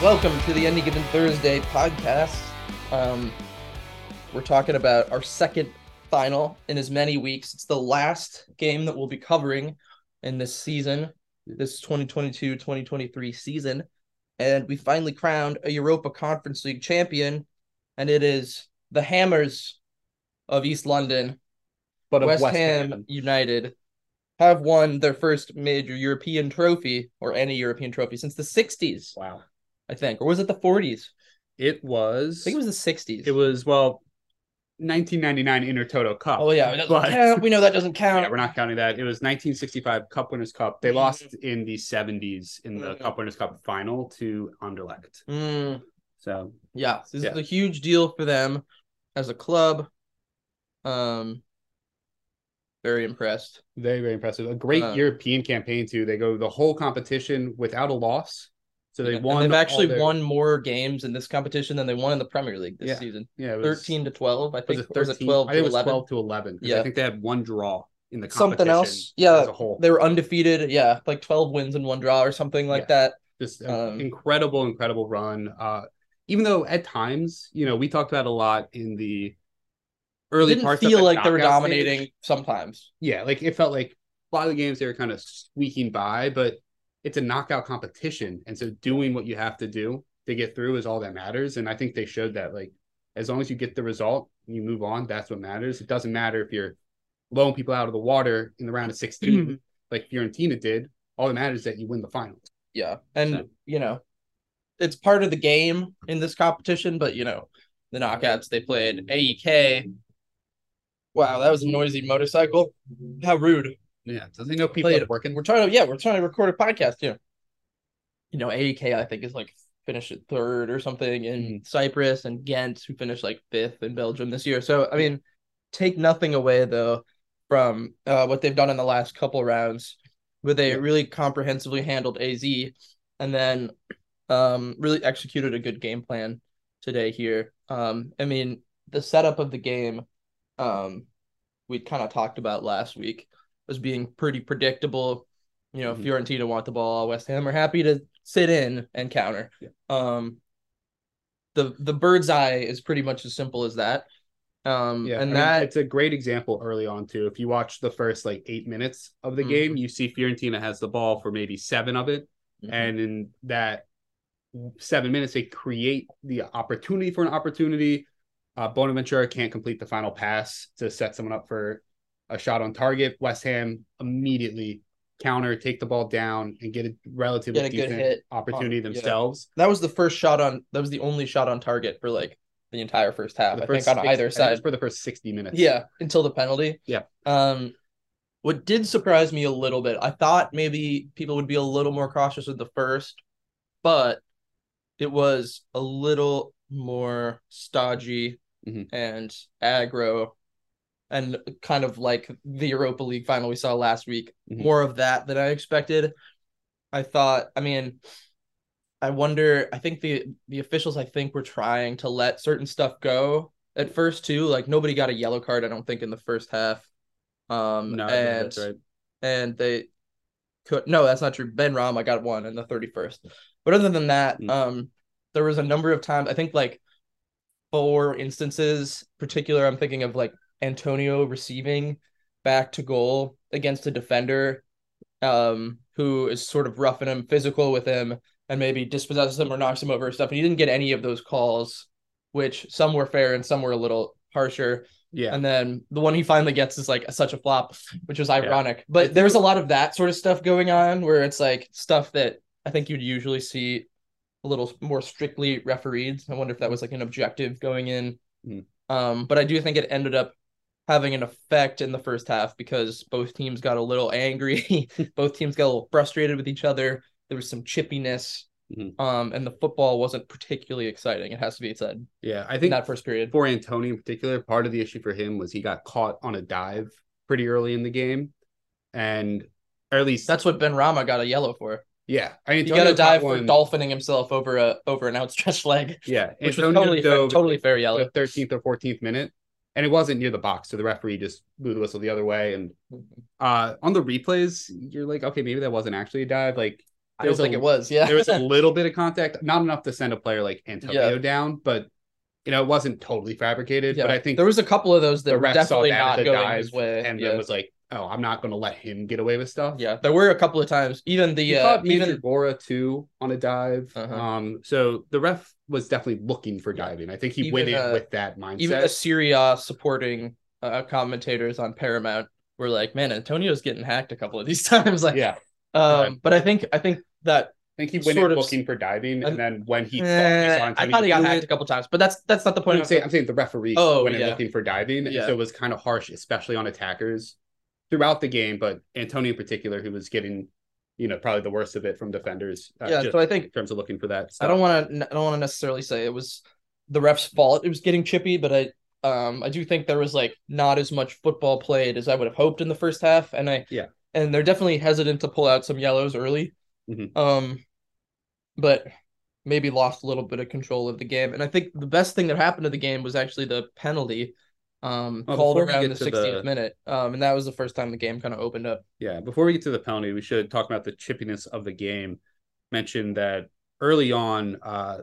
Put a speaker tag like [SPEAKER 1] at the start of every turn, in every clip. [SPEAKER 1] Welcome to the Any Given Thursday podcast. Um, we're talking about our second final in as many weeks. It's the last game that we'll be covering in this season, this 2022 2023 season. And we finally crowned a Europa Conference League champion, and it is the Hammers of East London,
[SPEAKER 2] but of
[SPEAKER 1] West, Ham, United. Have won their first major European trophy or any European trophy since the 60s.
[SPEAKER 2] Wow.
[SPEAKER 1] I think, or was it the 40s?
[SPEAKER 2] It was.
[SPEAKER 1] I think it was the 60s.
[SPEAKER 2] It was well, 1999 Intertoto Cup.
[SPEAKER 1] oh yeah, it doesn't
[SPEAKER 2] but-
[SPEAKER 1] count. we know that doesn't count.
[SPEAKER 2] Yeah, we're not counting that. It was 1965 Cup Winners' Cup. They lost in the 70s in the
[SPEAKER 1] Mhm.
[SPEAKER 2] Cup Winners' Cup final to Anderlecht.
[SPEAKER 1] Mm,
[SPEAKER 2] So
[SPEAKER 1] yeah, this
[SPEAKER 2] Yeah.
[SPEAKER 1] is a huge deal for them as a club. Um, very impressed.
[SPEAKER 2] very, very impressive. A great
[SPEAKER 1] Uh,
[SPEAKER 2] European campaign too. They go the whole competition without a loss. So they
[SPEAKER 1] Yeah, and
[SPEAKER 2] won.
[SPEAKER 1] They've
[SPEAKER 2] all
[SPEAKER 1] actually
[SPEAKER 2] their-
[SPEAKER 1] won more games in this competition than they won in the Premier League this
[SPEAKER 2] Yeah,
[SPEAKER 1] season.
[SPEAKER 2] Yeah, it was,
[SPEAKER 1] Thirteen to twelve, I
[SPEAKER 2] Was
[SPEAKER 1] think.
[SPEAKER 2] it
[SPEAKER 1] or was
[SPEAKER 2] 13?
[SPEAKER 1] it twelve
[SPEAKER 2] I think
[SPEAKER 1] to
[SPEAKER 2] it was
[SPEAKER 1] eleven?
[SPEAKER 2] 12 to 11. 'cause
[SPEAKER 1] Yeah.
[SPEAKER 2] I think they had one draw in the competition.
[SPEAKER 1] Something else. Yeah,
[SPEAKER 2] As a whole.
[SPEAKER 1] they were undefeated. Yeah, like twelve wins and one draw or something like
[SPEAKER 2] Yeah.
[SPEAKER 1] that.
[SPEAKER 2] just an
[SPEAKER 1] Um,
[SPEAKER 2] incredible incredible run uh even though at times you know we talked about a lot in the early
[SPEAKER 1] Didn't
[SPEAKER 2] parts of
[SPEAKER 1] feel
[SPEAKER 2] the
[SPEAKER 1] like they were
[SPEAKER 2] knockout stage.
[SPEAKER 1] dominating sometimes.
[SPEAKER 2] yeah like it felt like a lot of the games they were kind of squeaking by but it's a knockout competition and so doing what you have to do to get through is all that matters and i think they showed that like as long as you get the result and you move on that's what matters it doesn't matter if you're blowing people out of the water in the round of
[SPEAKER 1] Mm-hmm.
[SPEAKER 2] 16 like fiorentina did all that matters is that you win the finals
[SPEAKER 1] Yeah. And
[SPEAKER 2] So-
[SPEAKER 1] you know, it's part of the game in this competition, but you know, the knockouts they played AEK. Wow, that was a noisy motorcycle. How rude.
[SPEAKER 2] yeah doesn't know people
[SPEAKER 1] Played-
[SPEAKER 2] are working
[SPEAKER 1] We're trying to yeah, we're trying to record a podcast here. You know, AEK I think is like finished at third or something in Cyprus and Ghent, who finished like fifth in Belgium this year. So I mean, take nothing away though from uh, what they've done in the last couple rounds, where they
[SPEAKER 2] Yeah.
[SPEAKER 1] really comprehensively handled AZ and then um, really executed a good game plan today here. Um, I mean, the setup of the game, um, we kind of talked about last week was being pretty predictable. You know,
[SPEAKER 2] Mhm.
[SPEAKER 1] Fiorentina want the ball, West Ham are happy to sit in and counter.
[SPEAKER 2] Yeah.
[SPEAKER 1] Um, the the bird's eye is pretty much as simple as that. Um,
[SPEAKER 2] Yeah,
[SPEAKER 1] and
[SPEAKER 2] and
[SPEAKER 1] that
[SPEAKER 2] it's a great example early on too. If you watch the first like eight minutes of the
[SPEAKER 1] Mhm.
[SPEAKER 2] game, you see Fiorentina has the ball for maybe seven of it,
[SPEAKER 1] Mm-hmm.
[SPEAKER 2] and in that seven minutes, they create the opportunity for an opportunity. Uh, Bonaventura can't complete the final pass to set someone up for a shot on target. West Ham immediately counter, take the ball down, and get a relatively
[SPEAKER 1] Get a good
[SPEAKER 2] decent
[SPEAKER 1] hit
[SPEAKER 2] opportunity
[SPEAKER 1] on- yeah.
[SPEAKER 2] themselves.
[SPEAKER 1] That was the first shot on. That was the only shot on target for like the entire first half.
[SPEAKER 2] The
[SPEAKER 1] I
[SPEAKER 2] first
[SPEAKER 1] think on
[SPEAKER 2] six-
[SPEAKER 1] either
[SPEAKER 2] I think
[SPEAKER 1] side.
[SPEAKER 2] it's for the first sixty minutes.
[SPEAKER 1] Yeah, until the penalty.
[SPEAKER 2] Yeah.
[SPEAKER 1] Um, what did surprise me a little bit. I thought maybe people would be a little more cautious with the first, but it was a little more stodgy
[SPEAKER 2] Mhm.
[SPEAKER 1] and aggro, and kind of like the Europa League final we saw last week.
[SPEAKER 2] Mhm.
[SPEAKER 1] More of that than I expected. I thought. I mean. I wonder. I think the the officials. I think were trying to let certain stuff go at first too. Like nobody got a yellow card. I don't think in the first half. Um,
[SPEAKER 2] no, I believe
[SPEAKER 1] and
[SPEAKER 2] that's right.
[SPEAKER 1] and they could no, that's not true. Ben Rom, I got one in the thirty first. But other than that,
[SPEAKER 2] Mm.
[SPEAKER 1] um, there was a number of times. I think like four instances particular. I'm thinking of like Antonio receiving back to goal against a defender, um, who is sort of roughing him, physical with him, and maybe dispossesses him or knocks him over and stuff. And he didn't get any of those calls, which some were fair and some were a little harsher.
[SPEAKER 2] Yeah,
[SPEAKER 1] And then the one he finally gets is like such a flop, which was ironic. But there's a lot of that sort of stuff going on where it's like stuff that I think you'd usually see a little more strictly refereed. I wonder if that was like an objective going in.
[SPEAKER 2] Mm.
[SPEAKER 1] Um, but I do think it ended up having an effect in the first half because both teams got a little angry, both teams got a little frustrated with each other. There was some chippiness.
[SPEAKER 2] Mhm.
[SPEAKER 1] Um, and the football wasn't particularly exciting, it has to be said,
[SPEAKER 2] yeah. I
[SPEAKER 1] in
[SPEAKER 2] think
[SPEAKER 1] that first period.
[SPEAKER 2] for Antonio in particular, part of the issue for him was he got caught on a dive pretty early in the game, and or at least
[SPEAKER 1] That's what Ben Rama got a yellow for.
[SPEAKER 2] yeah. I mean,
[SPEAKER 1] You
[SPEAKER 2] Antonio
[SPEAKER 1] gotta
[SPEAKER 2] caught
[SPEAKER 1] dive for
[SPEAKER 2] one-
[SPEAKER 1] dolphining himself over a over an outstretched leg,
[SPEAKER 2] Yeah,
[SPEAKER 1] which was
[SPEAKER 2] Antonio
[SPEAKER 1] totally fair,
[SPEAKER 2] dove
[SPEAKER 1] totally fair
[SPEAKER 2] in
[SPEAKER 1] yellow.
[SPEAKER 2] the thirteenth or fourteenth minute, and it wasn't near the box, so the referee just blew the whistle the other way. And uh, on the replays, you're like, okay, maybe that wasn't actually a dive. Like
[SPEAKER 1] I don't
[SPEAKER 2] There's a-
[SPEAKER 1] think it was. Yeah.
[SPEAKER 2] there was a little bit of contact, not enough to send a player like Antonio
[SPEAKER 1] Yeah.
[SPEAKER 2] down, but you know, it wasn't totally fabricated.
[SPEAKER 1] Yeah.
[SPEAKER 2] But I think
[SPEAKER 1] there was a couple of those that
[SPEAKER 2] the
[SPEAKER 1] were
[SPEAKER 2] ref
[SPEAKER 1] definitely
[SPEAKER 2] saw that
[SPEAKER 1] not
[SPEAKER 2] the
[SPEAKER 1] going
[SPEAKER 2] dive
[SPEAKER 1] his way.
[SPEAKER 2] and
[SPEAKER 1] yeah.
[SPEAKER 2] then was like, "Oh, I'm not going to let him get away with stuff."
[SPEAKER 1] yeah, there were a couple of times. Even
[SPEAKER 2] He
[SPEAKER 1] the uh,
[SPEAKER 2] caught Major
[SPEAKER 1] even
[SPEAKER 2] Bora too on a dive.
[SPEAKER 1] Uh-huh.
[SPEAKER 2] Um, so the ref was definitely looking for diving. I think he went in
[SPEAKER 1] Even, uh,
[SPEAKER 2] with that mindset.
[SPEAKER 1] even Assyria supporting uh, commentators on Paramount were like, "Man, Antonio's getting hacked a couple of these times." Like,
[SPEAKER 2] yeah, I
[SPEAKER 1] um, but I think I think that
[SPEAKER 2] think he went
[SPEAKER 1] sort
[SPEAKER 2] in
[SPEAKER 1] of-
[SPEAKER 2] looking for diving, and
[SPEAKER 1] and-
[SPEAKER 2] then when he, thought
[SPEAKER 1] Eh,
[SPEAKER 2] he saw
[SPEAKER 1] I
[SPEAKER 2] Antonio
[SPEAKER 1] thought he got
[SPEAKER 2] do
[SPEAKER 1] hacked
[SPEAKER 2] it-
[SPEAKER 1] a couple times, but that's that's not the
[SPEAKER 2] No,
[SPEAKER 1] point.
[SPEAKER 2] I'm saying, I'm saying the referee
[SPEAKER 1] Oh,
[SPEAKER 2] went in
[SPEAKER 1] yeah.
[SPEAKER 2] looking for diving, and
[SPEAKER 1] Yeah.
[SPEAKER 2] so it was kind of harsh, especially on attackers throughout the game, but Antonio in particular, who was getting, you know, probably the worst of it from defenders. Uh,
[SPEAKER 1] yeah,
[SPEAKER 2] just
[SPEAKER 1] so I think
[SPEAKER 2] in terms of looking for that.
[SPEAKER 1] I
[SPEAKER 2] stuff.
[SPEAKER 1] don't want to. I don't want to necessarily say it was the ref's fault. It was getting chippy, but I, um, I do think there was like not as much football played as I would have hoped in the first half, and I,
[SPEAKER 2] Yeah.
[SPEAKER 1] and they're definitely hesitant to pull out some yellows early,
[SPEAKER 2] Mhm.
[SPEAKER 1] um, but maybe lost a little bit of control of the game. And I think the best thing that happened to the game was actually the penalty, um,
[SPEAKER 2] Well,
[SPEAKER 1] called
[SPEAKER 2] Oh, before we
[SPEAKER 1] around
[SPEAKER 2] get
[SPEAKER 1] the
[SPEAKER 2] to
[SPEAKER 1] 60th
[SPEAKER 2] the-
[SPEAKER 1] minute, um, and that was the first time the game kind of opened up.
[SPEAKER 2] Yeah, before we get to the penalty, we should talk about the chippiness of the game. Mentioned that early on, uh,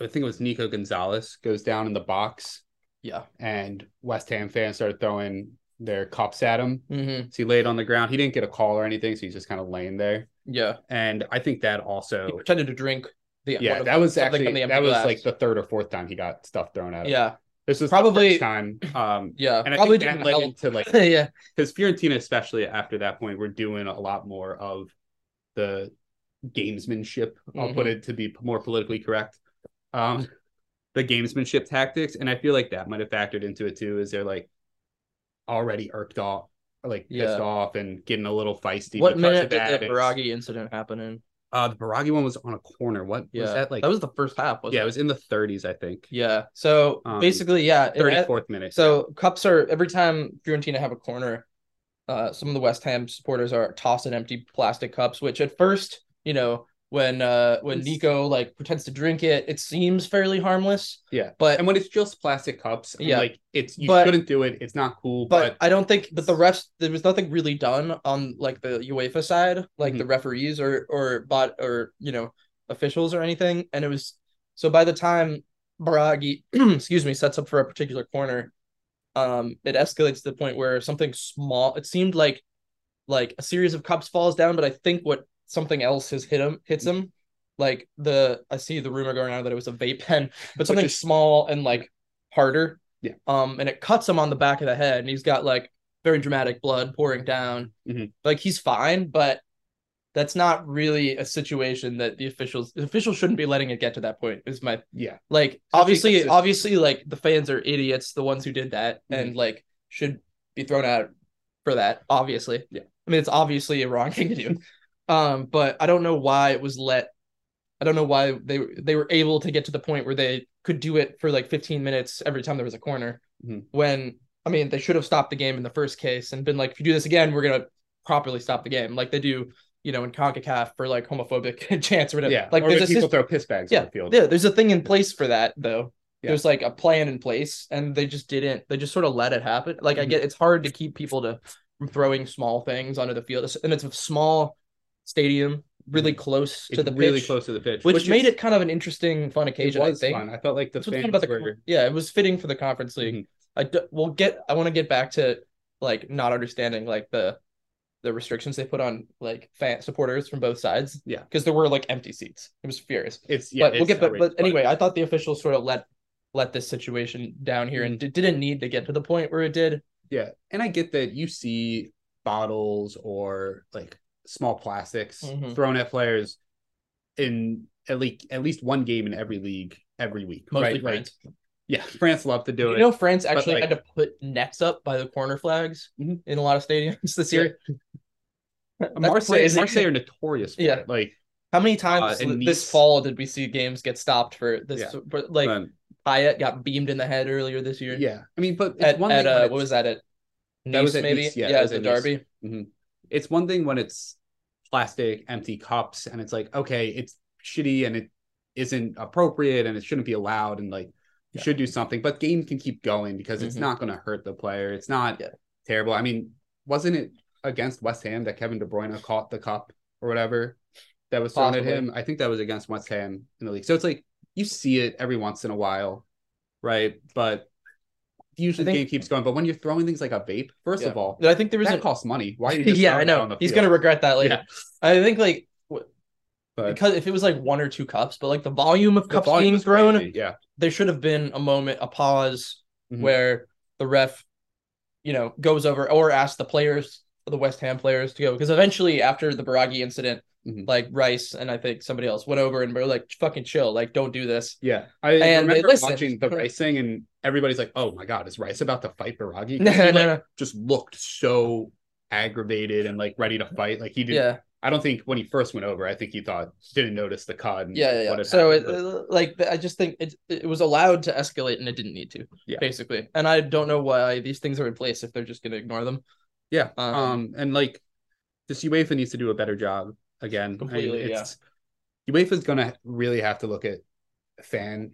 [SPEAKER 2] I think it was Nico Gonzalez goes down in the box,
[SPEAKER 1] Yeah.
[SPEAKER 2] and West Ham fans started throwing their cups at him.
[SPEAKER 1] Mm-hmm.
[SPEAKER 2] So he laid on the ground. He didn't get a call or anything, so he's just kind of laying there.
[SPEAKER 1] Yeah.
[SPEAKER 2] And I think that
[SPEAKER 1] He
[SPEAKER 2] also,
[SPEAKER 1] pretended to drink. The, one
[SPEAKER 2] yeah,
[SPEAKER 1] of
[SPEAKER 2] that was
[SPEAKER 1] something
[SPEAKER 2] actually
[SPEAKER 1] from the empty
[SPEAKER 2] that was
[SPEAKER 1] glass.
[SPEAKER 2] like the third or fourth time he got stuff thrown at him.
[SPEAKER 1] Yeah,
[SPEAKER 2] this was
[SPEAKER 1] Probably-
[SPEAKER 2] the first time. Um,
[SPEAKER 1] yeah.
[SPEAKER 2] and I
[SPEAKER 1] Probably
[SPEAKER 2] think
[SPEAKER 1] didn't
[SPEAKER 2] that led
[SPEAKER 1] help.
[SPEAKER 2] into like
[SPEAKER 1] yeah,
[SPEAKER 2] because Fiorentina, especially after that point, were doing a lot more of the gamesmanship. I'll
[SPEAKER 1] Mm-hmm.
[SPEAKER 2] put it to be more politically correct. Um, the gamesmanship tactics, and I feel like that might have factored into it too. Is they're like already irked off, or like
[SPEAKER 1] Yeah.
[SPEAKER 2] pissed off, and getting a little feisty.
[SPEAKER 1] What
[SPEAKER 2] because
[SPEAKER 1] minute
[SPEAKER 2] of
[SPEAKER 1] did that
[SPEAKER 2] It's-
[SPEAKER 1] Baragi incident happen in?
[SPEAKER 2] Uh, the Baragi one was on a corner. What
[SPEAKER 1] Yeah,
[SPEAKER 2] was that like?
[SPEAKER 1] that was the first half. Wasn't
[SPEAKER 2] yeah, it
[SPEAKER 1] it?
[SPEAKER 2] was in the 30s, I think.
[SPEAKER 1] yeah. So
[SPEAKER 2] Um,
[SPEAKER 1] basically, yeah. it-
[SPEAKER 2] 34th minute.
[SPEAKER 1] so cups are every time Fiorentina have a corner, uh, some of the West Ham supporters are tossing empty plastic cups. Which at first, you know, when uh when
[SPEAKER 2] It's-
[SPEAKER 1] Nico like pretends to drink it, it seems fairly harmless.
[SPEAKER 2] Yeah.
[SPEAKER 1] but
[SPEAKER 2] and when it's just plastic cups, yeah,
[SPEAKER 1] Yeah.
[SPEAKER 2] like it's you
[SPEAKER 1] But-
[SPEAKER 2] shouldn't do it. It's not cool.
[SPEAKER 1] but I don't think but the refs there was nothing really done on like the UEFA side, like the referees or or bot or you know officials or anything, and it was so by the time Baragi excuse me sets up for a particular corner, um, it escalates to the point where something small. It seemed like like a series of cups falls down, but I think what something else has hit him hits him. Like the I see the rumor going around that it was a vape pen, but something
[SPEAKER 2] is-
[SPEAKER 1] small and like harder.
[SPEAKER 2] Yeah.
[SPEAKER 1] Um, and it cuts him on the back of the head, and he's got like very dramatic blood pouring down.
[SPEAKER 2] Mhm.
[SPEAKER 1] Like he's fine, but that's not really a situation that the officials the officials shouldn't be letting it get to that point. Is my
[SPEAKER 2] yeah.
[SPEAKER 1] like
[SPEAKER 2] Especially
[SPEAKER 1] obviously
[SPEAKER 2] consistent.
[SPEAKER 1] obviously like the fans are idiots the ones who did that
[SPEAKER 2] Mm-hmm.
[SPEAKER 1] and like should be thrown out for that obviously
[SPEAKER 2] Yeah.
[SPEAKER 1] i mean it's obviously a wrong thing to do um but i don't know why it was let i don't know why they they were able to get to the point where they could do it for like 15 minutes every time there was a corner
[SPEAKER 2] Mhm.
[SPEAKER 1] when i mean they should have stopped the game in the first case and been like if you do this again we're going to properly stop the game like they do you know in concacaf for like homophobic chants or whatever
[SPEAKER 2] Yeah,
[SPEAKER 1] like
[SPEAKER 2] or
[SPEAKER 1] there's
[SPEAKER 2] when
[SPEAKER 1] a
[SPEAKER 2] people
[SPEAKER 1] system
[SPEAKER 2] throw piss bags on the field.
[SPEAKER 1] yeah, there's a thing in place for that though.
[SPEAKER 2] Yeah.
[SPEAKER 1] There's like a plan in place, and they just didn't. They just sort of let it happen. Like I
[SPEAKER 2] Mhm.
[SPEAKER 1] get, it's hard to keep people to from throwing small things onto the field, and it's a small stadium, really close
[SPEAKER 2] Mm-hmm. It's
[SPEAKER 1] to the
[SPEAKER 2] really
[SPEAKER 1] pitch,
[SPEAKER 2] close to the pitch,
[SPEAKER 1] which,
[SPEAKER 2] is-
[SPEAKER 1] made it kind of an interesting fun
[SPEAKER 2] It
[SPEAKER 1] occasion. I
[SPEAKER 2] was
[SPEAKER 1] think.
[SPEAKER 2] fun. I felt like the
[SPEAKER 1] That's what's
[SPEAKER 2] fans
[SPEAKER 1] fun about the
[SPEAKER 2] were.
[SPEAKER 1] con- yeah, it was fitting for the Conference League.
[SPEAKER 2] Mhm.
[SPEAKER 1] I d- we'll get. I want to get back to like not understanding like the the restrictions they put on like fan supporters from both sides.
[SPEAKER 2] Yeah.
[SPEAKER 1] because there were like empty seats. It was furious
[SPEAKER 2] It's yeah.
[SPEAKER 1] but we'll
[SPEAKER 2] it's
[SPEAKER 1] get. But,
[SPEAKER 2] outrageous,
[SPEAKER 1] but anyway, I thought the officials sort of let let this situation down here
[SPEAKER 2] Mm-hmm.
[SPEAKER 1] and d- didn't need to get to the point where it did.
[SPEAKER 2] yeah, and I get that you see bottles or like small plastics
[SPEAKER 1] Mhm.
[SPEAKER 2] thrown at players in at least at least one game in every league every week.
[SPEAKER 1] Mostly
[SPEAKER 2] right? Like,
[SPEAKER 1] France.
[SPEAKER 2] yeah, France love to do
[SPEAKER 1] you
[SPEAKER 2] it.
[SPEAKER 1] know, France actually
[SPEAKER 2] like-
[SPEAKER 1] had to put nets up by the corner flags
[SPEAKER 2] Mhm.
[SPEAKER 1] in a lot of stadiums this year. That's
[SPEAKER 2] Marseille,
[SPEAKER 1] crazy.
[SPEAKER 2] Marseille are notorious. For
[SPEAKER 1] Yeah.
[SPEAKER 2] it. like
[SPEAKER 1] How many times
[SPEAKER 2] and
[SPEAKER 1] th-
[SPEAKER 2] Nice.
[SPEAKER 1] this fall did we see games get stopped for this?
[SPEAKER 2] Yeah.
[SPEAKER 1] for- like
[SPEAKER 2] um,
[SPEAKER 1] Payet got beamed in the head earlier this year.
[SPEAKER 2] yeah. I mean, but it's
[SPEAKER 1] at,
[SPEAKER 2] one
[SPEAKER 1] at
[SPEAKER 2] thing when
[SPEAKER 1] uh,
[SPEAKER 2] it's-
[SPEAKER 1] what was that at? Nice,
[SPEAKER 2] That was at
[SPEAKER 1] maybe.
[SPEAKER 2] Nice, yeah,
[SPEAKER 1] yeah,
[SPEAKER 2] that
[SPEAKER 1] it
[SPEAKER 2] was
[SPEAKER 1] was a
[SPEAKER 2] at Nice.
[SPEAKER 1] derby.
[SPEAKER 2] it's one thing when it's plastic empty cups and it's like okay it's shitty and it isn't appropriate and it shouldn't be allowed and like you
[SPEAKER 1] Yeah.
[SPEAKER 2] should do something but game can keep going because it's
[SPEAKER 1] Mhm.
[SPEAKER 2] not going to hurt the player it's not
[SPEAKER 1] Yeah.
[SPEAKER 2] terrible i mean wasn't it against west ham that kevin de bruyne caught the cup or whatever that was thrown
[SPEAKER 1] Possibly.
[SPEAKER 2] at him. I think that was against West Ham in the league. So it's like you see it every once in a while, right? But
[SPEAKER 1] I
[SPEAKER 2] usually
[SPEAKER 1] think-
[SPEAKER 2] the game keeps going. But when you're throwing things like a vape, first of all,
[SPEAKER 1] I think there was
[SPEAKER 2] that
[SPEAKER 1] an
[SPEAKER 2] costs money. Why? Are you just
[SPEAKER 1] yeah, I
[SPEAKER 2] throwing it on
[SPEAKER 1] know
[SPEAKER 2] the
[SPEAKER 1] he's
[SPEAKER 2] field?
[SPEAKER 1] gonna regret that later.
[SPEAKER 2] Yeah.
[SPEAKER 1] I think like w-
[SPEAKER 2] But-
[SPEAKER 1] because if it was like one or two cups, but like the volume of
[SPEAKER 2] The
[SPEAKER 1] cups
[SPEAKER 2] volume
[SPEAKER 1] being
[SPEAKER 2] was
[SPEAKER 1] thrown,
[SPEAKER 2] crazy, Yeah,
[SPEAKER 1] there should have been a moment, a pause
[SPEAKER 2] Mhm.
[SPEAKER 1] where the ref, you know, goes over or asks the players, the West Ham players to go. Because eventually after the Baragi incident,
[SPEAKER 2] Mhm.
[SPEAKER 1] like Rice and I think somebody else went over and were like, fucking chill, like don't do this.
[SPEAKER 2] yeah. I
[SPEAKER 1] And they
[SPEAKER 2] remember
[SPEAKER 1] listened.
[SPEAKER 2] watching the Rice thing, and everybody's like, "Oh my god, is Rice about to fight Baragi?"
[SPEAKER 1] no, no, no.
[SPEAKER 2] Just looked so aggravated and like ready to fight. Like he did.
[SPEAKER 1] Yeah.
[SPEAKER 2] I don't think when he first went over, I think he thought didn't notice the cod. and
[SPEAKER 1] Yeah, yeah, yeah.
[SPEAKER 2] what had
[SPEAKER 1] So it,
[SPEAKER 2] happened, but-
[SPEAKER 1] uh, like I just think it it was allowed to escalate and it didn't need to.
[SPEAKER 2] Yeah.
[SPEAKER 1] Basically. And I don't know why these things are in place if they're just going to ignore them.
[SPEAKER 2] Yeah.
[SPEAKER 1] Um,
[SPEAKER 2] Um, and like this UEFA needs to do a better job again. I mean,
[SPEAKER 1] Completely,
[SPEAKER 2] it's UEFA's gonna really have to look at fan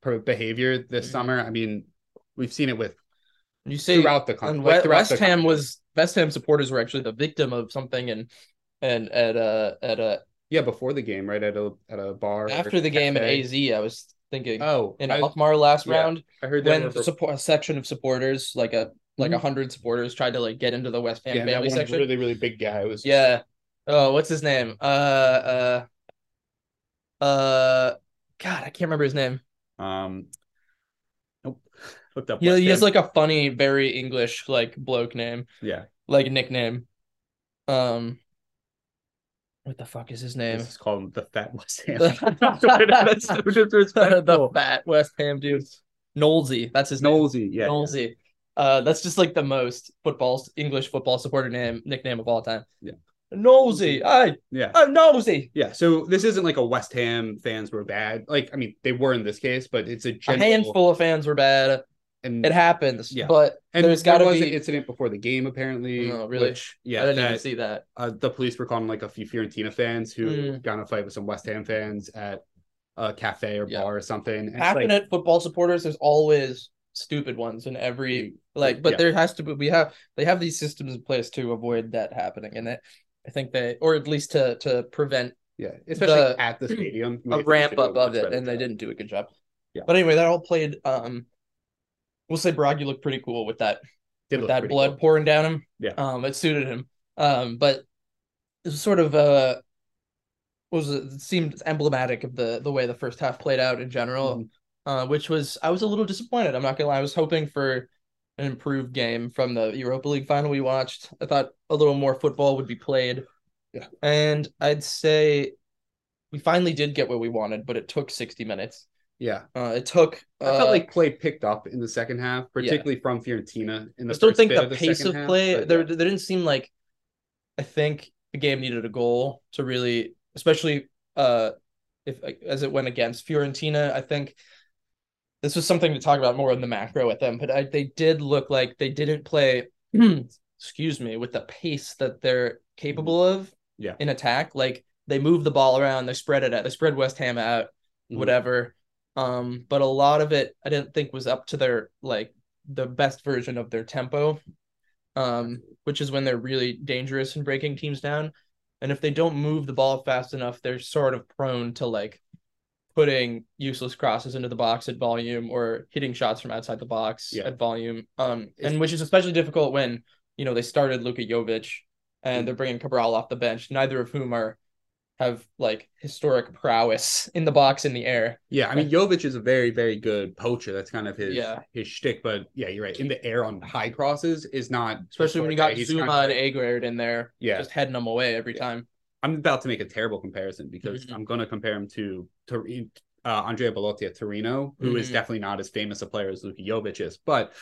[SPEAKER 2] per- behavior this
[SPEAKER 1] Mhm.
[SPEAKER 2] summer. I mean, we've seen it with
[SPEAKER 1] You say
[SPEAKER 2] throughout the country.
[SPEAKER 1] and
[SPEAKER 2] Like,
[SPEAKER 1] we-
[SPEAKER 2] throughout
[SPEAKER 1] West
[SPEAKER 2] the
[SPEAKER 1] Ham was West Ham supporters were actually the victim of something and and at uh at uh
[SPEAKER 2] yeah, before the game, right at a at a bar or
[SPEAKER 1] after the game at
[SPEAKER 2] cafe.
[SPEAKER 1] AZ I was thinking
[SPEAKER 2] Oh,
[SPEAKER 1] in
[SPEAKER 2] I,
[SPEAKER 1] Alkmaar last
[SPEAKER 2] yeah,
[SPEAKER 1] round
[SPEAKER 2] I heard that
[SPEAKER 1] when
[SPEAKER 2] were-
[SPEAKER 1] the support a section of supporters like a like a
[SPEAKER 2] Mhm.
[SPEAKER 1] hundred supporters tried to like get into the West Ham
[SPEAKER 2] yeah, that
[SPEAKER 1] family
[SPEAKER 2] one
[SPEAKER 1] section.
[SPEAKER 2] really really big guy was
[SPEAKER 1] Yeah. Oh, what's his name? Uh, uh, uh, God, I can't remember his name.
[SPEAKER 2] um. Nope. Looked up.
[SPEAKER 1] He,
[SPEAKER 2] West
[SPEAKER 1] he has
[SPEAKER 2] Ham.
[SPEAKER 1] like a funny, very English like bloke name,
[SPEAKER 2] yeah.
[SPEAKER 1] like nickname. Um, what the fuck is his name?
[SPEAKER 2] This is called the Fat West Ham. That's so
[SPEAKER 1] the
[SPEAKER 2] disrespectful.
[SPEAKER 1] fat West Ham dude, Knowlesy. That's his name.
[SPEAKER 2] Knowlesy, yeah.
[SPEAKER 1] Knowlesy. Uh, that's just like the most football English football supporter name nickname of all time.
[SPEAKER 2] Yeah.
[SPEAKER 1] Knowlesy. I
[SPEAKER 2] Yeah.
[SPEAKER 1] I'm Knowlesy.
[SPEAKER 2] Yeah. So this isn't like a West Ham fans were bad. Like, I mean, they were in this case, but it's a,
[SPEAKER 1] A
[SPEAKER 2] general,
[SPEAKER 1] handful of fans were bad.
[SPEAKER 2] And,
[SPEAKER 1] It happens,
[SPEAKER 2] Mm. Yeah.
[SPEAKER 1] but
[SPEAKER 2] and
[SPEAKER 1] there's
[SPEAKER 2] there
[SPEAKER 1] gotta
[SPEAKER 2] was an
[SPEAKER 1] be-
[SPEAKER 2] incident before the game, apparently.
[SPEAKER 1] No, really?
[SPEAKER 2] Which, yeah.
[SPEAKER 1] I didn't
[SPEAKER 2] that,
[SPEAKER 1] even see that.
[SPEAKER 2] uh, the police were calling like a few Fiorentina fans who
[SPEAKER 1] Mm.
[SPEAKER 2] got in a fight with some West Ham fans at a cafe or
[SPEAKER 1] Yeah.
[SPEAKER 2] bar or something. And it's like,
[SPEAKER 1] Passionate football supporters, there's always stupid ones in every like, but
[SPEAKER 2] yeah.
[SPEAKER 1] there has to be. We have they have these systems in place to avoid that happening, and that I think they, or at least to to prevent
[SPEAKER 2] yeah, especially
[SPEAKER 1] the-
[SPEAKER 2] at the stadium.
[SPEAKER 1] a ramp up of it, and they
[SPEAKER 2] did
[SPEAKER 1] didn't do a good job.
[SPEAKER 2] Yeah.
[SPEAKER 1] But anyway, that all played. Um, we'll say Bragi looked pretty cool with that
[SPEAKER 2] did
[SPEAKER 1] with
[SPEAKER 2] look
[SPEAKER 1] that
[SPEAKER 2] pretty
[SPEAKER 1] blood
[SPEAKER 2] cool.
[SPEAKER 1] pouring down him.
[SPEAKER 2] Yeah.
[SPEAKER 1] Um, it suited him. Um, but it was sort of uh what was it? it seemed emblematic of the the way the first half played out in general.
[SPEAKER 2] Mhm.
[SPEAKER 1] Uh, which was I was a little disappointed. I'm not gonna lie. I was hoping for an improved game from the Europa League final we watched. I thought a little more football would be played.
[SPEAKER 2] Yeah.
[SPEAKER 1] And I'd say we finally did get what we wanted, but it took 60 minutes.
[SPEAKER 2] Yeah.
[SPEAKER 1] Uh, it took.
[SPEAKER 2] I felt
[SPEAKER 1] uh,
[SPEAKER 2] like play picked up in the second half, particularly from Fiorentina in the
[SPEAKER 1] I still
[SPEAKER 2] first
[SPEAKER 1] think
[SPEAKER 2] bit
[SPEAKER 1] the,
[SPEAKER 2] of the
[SPEAKER 1] pace
[SPEAKER 2] second
[SPEAKER 1] of
[SPEAKER 2] half,
[SPEAKER 1] play
[SPEAKER 2] but-
[SPEAKER 1] there there didn't seem like I think the game needed a goal to really especially uh if as it went against Fiorentina I think this was something to talk about more in the macro with them but I, they did look like they didn't play excuse me with the pace that they're capable of
[SPEAKER 2] Mm-hmm. Yeah.
[SPEAKER 1] in attack like they move the ball around they spread it out they spread West Ham out
[SPEAKER 2] Mhm.
[SPEAKER 1] whatever. Um, but a lot of it I didn't think was up to their like the best version of their tempo. Um, which is when they're really dangerous in breaking teams down. And if they don't move the ball fast enough, they're sort of prone to like putting useless crosses into the box at volume or hitting shots from outside the box
[SPEAKER 2] Yeah.
[SPEAKER 1] at volume. Um, and
[SPEAKER 2] It's-
[SPEAKER 1] which is especially difficult when, you know, they started Luka Jovic and
[SPEAKER 2] Mm.
[SPEAKER 1] they're bringing Cabral off the bench, neither of whom are have like historic prowess in the box in the air.
[SPEAKER 2] Yeah, I mean Jovic is a very, very good poacher. That's kind of his
[SPEAKER 1] Yeah.
[SPEAKER 2] his shtick. But yeah, you're right. In the air on high crosses is not
[SPEAKER 1] Especially when you got
[SPEAKER 2] He's
[SPEAKER 1] Zuma
[SPEAKER 2] kind of-
[SPEAKER 1] and Aguirre in there,
[SPEAKER 2] Yeah.
[SPEAKER 1] just heading them away every time.
[SPEAKER 2] I'm about to make a terrible comparison because
[SPEAKER 1] Mhm.
[SPEAKER 2] I'm going to compare him to Tori- uh, Andrea Belotti at Torino, who is
[SPEAKER 1] Mhm.
[SPEAKER 2] definitely not as famous a player as Luka Jovic is. But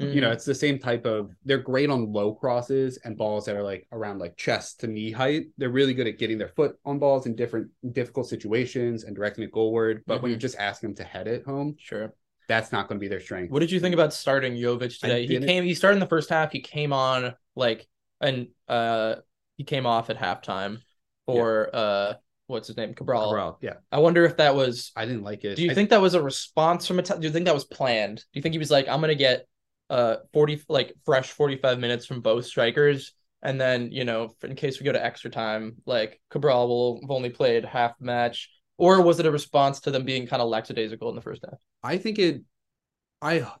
[SPEAKER 1] Mm-hmm.
[SPEAKER 2] you know, it's the same type of. They're great on low crosses and balls that are like around like chest to knee height. They're really good at getting their foot on balls in different difficult situations and directing it goalward. But when
[SPEAKER 1] Mhm.
[SPEAKER 2] you just ask them to head it home,
[SPEAKER 1] sure.
[SPEAKER 2] that's not going to be their strength.
[SPEAKER 1] What did you think about starting Jovic
[SPEAKER 2] I
[SPEAKER 1] today? He
[SPEAKER 2] didn't-
[SPEAKER 1] came. He started in the first half. He came on like and uh he came off at halftime for uh what's his name Cabral.
[SPEAKER 2] Cabral, yeah,
[SPEAKER 1] I wonder if that was.
[SPEAKER 2] I didn't like it.
[SPEAKER 1] Do you
[SPEAKER 2] I-
[SPEAKER 1] think that was a response from a? Do you think that was planned? Do you think he was like, I'm gonna get uh forty like fresh forty five minutes from both strikers, And then, you know, in case we go to extra time, like Cabral will have only played half the match. Or was it a response to them being kind of lackadaisical in the first half?
[SPEAKER 2] I think it. I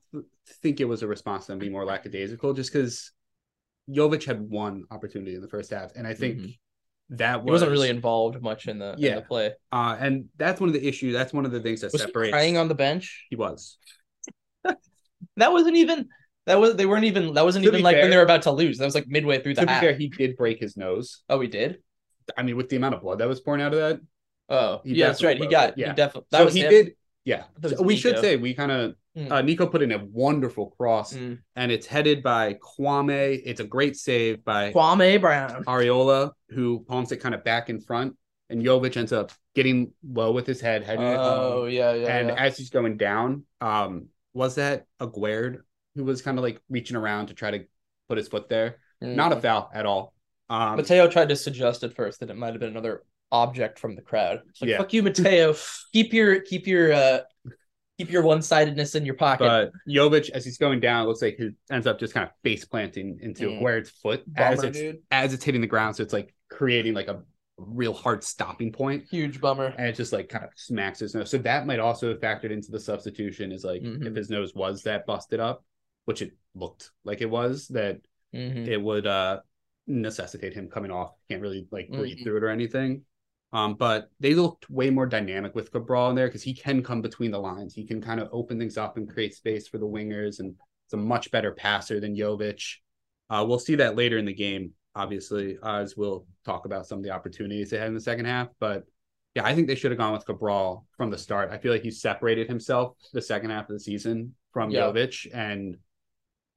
[SPEAKER 2] think it was a response to them being more lackadaisical, just because Jovic had one opportunity in the first half, and I think
[SPEAKER 1] Mhm.
[SPEAKER 2] that was,
[SPEAKER 1] He wasn't really involved much in the, in
[SPEAKER 2] Yeah.
[SPEAKER 1] the play.
[SPEAKER 2] Uh, and that's one of the issues. That's one of the things that
[SPEAKER 1] Was he
[SPEAKER 2] separates.
[SPEAKER 1] crying on the bench?
[SPEAKER 2] he was.
[SPEAKER 1] That wasn't even. That was they weren't even. That wasn't
[SPEAKER 2] To
[SPEAKER 1] even
[SPEAKER 2] be
[SPEAKER 1] like when
[SPEAKER 2] fair-
[SPEAKER 1] they were about to lose. That was like midway through
[SPEAKER 2] To
[SPEAKER 1] the
[SPEAKER 2] be
[SPEAKER 1] half.
[SPEAKER 2] fair, he did break his nose.
[SPEAKER 1] Oh, he did.
[SPEAKER 2] I mean, with the amount of blood that was pouring out of that,
[SPEAKER 1] Oh,
[SPEAKER 2] He
[SPEAKER 1] yeah, that's right. He
[SPEAKER 2] definitely
[SPEAKER 1] got.
[SPEAKER 2] broke it. Yeah.
[SPEAKER 1] He definitely. That
[SPEAKER 2] so
[SPEAKER 1] was
[SPEAKER 2] he
[SPEAKER 1] him.
[SPEAKER 2] did. Yeah,
[SPEAKER 1] That was
[SPEAKER 2] So we should
[SPEAKER 1] Nico.
[SPEAKER 2] say we kind of
[SPEAKER 1] Mm.
[SPEAKER 2] uh, Nico put in a wonderful cross,
[SPEAKER 1] Mm.
[SPEAKER 2] and it's headed by Kwame. It's a great save by
[SPEAKER 1] Kwame Brown.
[SPEAKER 2] Ariola, who palms it kind of back in front, and Jovic ends up getting low with his head, heading it home.
[SPEAKER 1] Oh yeah, yeah.
[SPEAKER 2] Um, and
[SPEAKER 1] yeah.
[SPEAKER 2] as he's going down, um, was that Aguerd who was kind of like reaching around to try to put his foot there?
[SPEAKER 1] Mm.
[SPEAKER 2] Not a foul at all. Um,
[SPEAKER 1] Mateo tried to suggest at first that it might have been another object from the crowd. It's like
[SPEAKER 2] Yeah.
[SPEAKER 1] fuck you, Mateo. keep your keep your uh keep your one sidedness in your pocket.
[SPEAKER 2] but Jovic, as he's going down, it looks like he ends up just kind of face planting into
[SPEAKER 1] Mm.
[SPEAKER 2] Aguerd's foot as
[SPEAKER 1] bummer,
[SPEAKER 2] it's
[SPEAKER 1] dude.
[SPEAKER 2] as it's hitting the ground. So it's like creating like a real hard stopping point,
[SPEAKER 1] Huge bummer.
[SPEAKER 2] and it just like kind of smacks his nose. So that might also have factored into the substitution. Is like
[SPEAKER 1] Mhm.
[SPEAKER 2] if his nose was that busted up, which it looked like it was, that
[SPEAKER 1] Mhm.
[SPEAKER 2] it would uh necessitate him coming off. Can't really like breathe
[SPEAKER 1] Mhm.
[SPEAKER 2] through it or anything. Um, but they looked way more dynamic with Cabral in there because he can come between the lines. He can kind of open things up and create space for the wingers, and it's a much better passer than Jovic. Uh, we'll see that later in the game, obviously, as we'll talk about some of the opportunities they had in the second half. But yeah, I think they should have gone with Cabral from the start. I feel like he separated himself the second half of the season from
[SPEAKER 1] Yeah.
[SPEAKER 2] Jovic and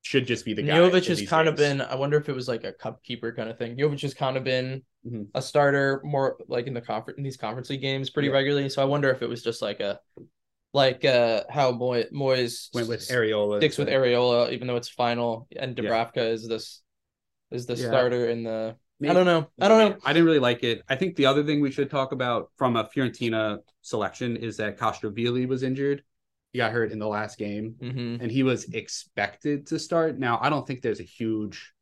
[SPEAKER 2] should just be the guy. for
[SPEAKER 1] Jovic has
[SPEAKER 2] these
[SPEAKER 1] kind of
[SPEAKER 2] games.
[SPEAKER 1] been. I wonder if it was like a cup keeper kind of thing. Jovic has kind of been
[SPEAKER 2] Mhm.
[SPEAKER 1] a starter more like in the conference in these conference league games pretty
[SPEAKER 2] Yeah.
[SPEAKER 1] regularly. So I wonder if it was just like a like uh how Moy, Moyes
[SPEAKER 2] went with
[SPEAKER 1] s-
[SPEAKER 2] Areola.
[SPEAKER 1] sticks with
[SPEAKER 2] instead.
[SPEAKER 1] Areola even though it's final and
[SPEAKER 2] Yeah.
[SPEAKER 1] Dubravka is this is the
[SPEAKER 2] Yeah.
[SPEAKER 1] starter in the. I don't know. I don't know.
[SPEAKER 2] I didn't really like it. I think the other thing we should talk about from a Fiorentina selection is that Castrovilli was injured. He got hurt in the last game,
[SPEAKER 1] Mm-hmm.
[SPEAKER 2] and he was expected to start. Now, I don't think there's a huge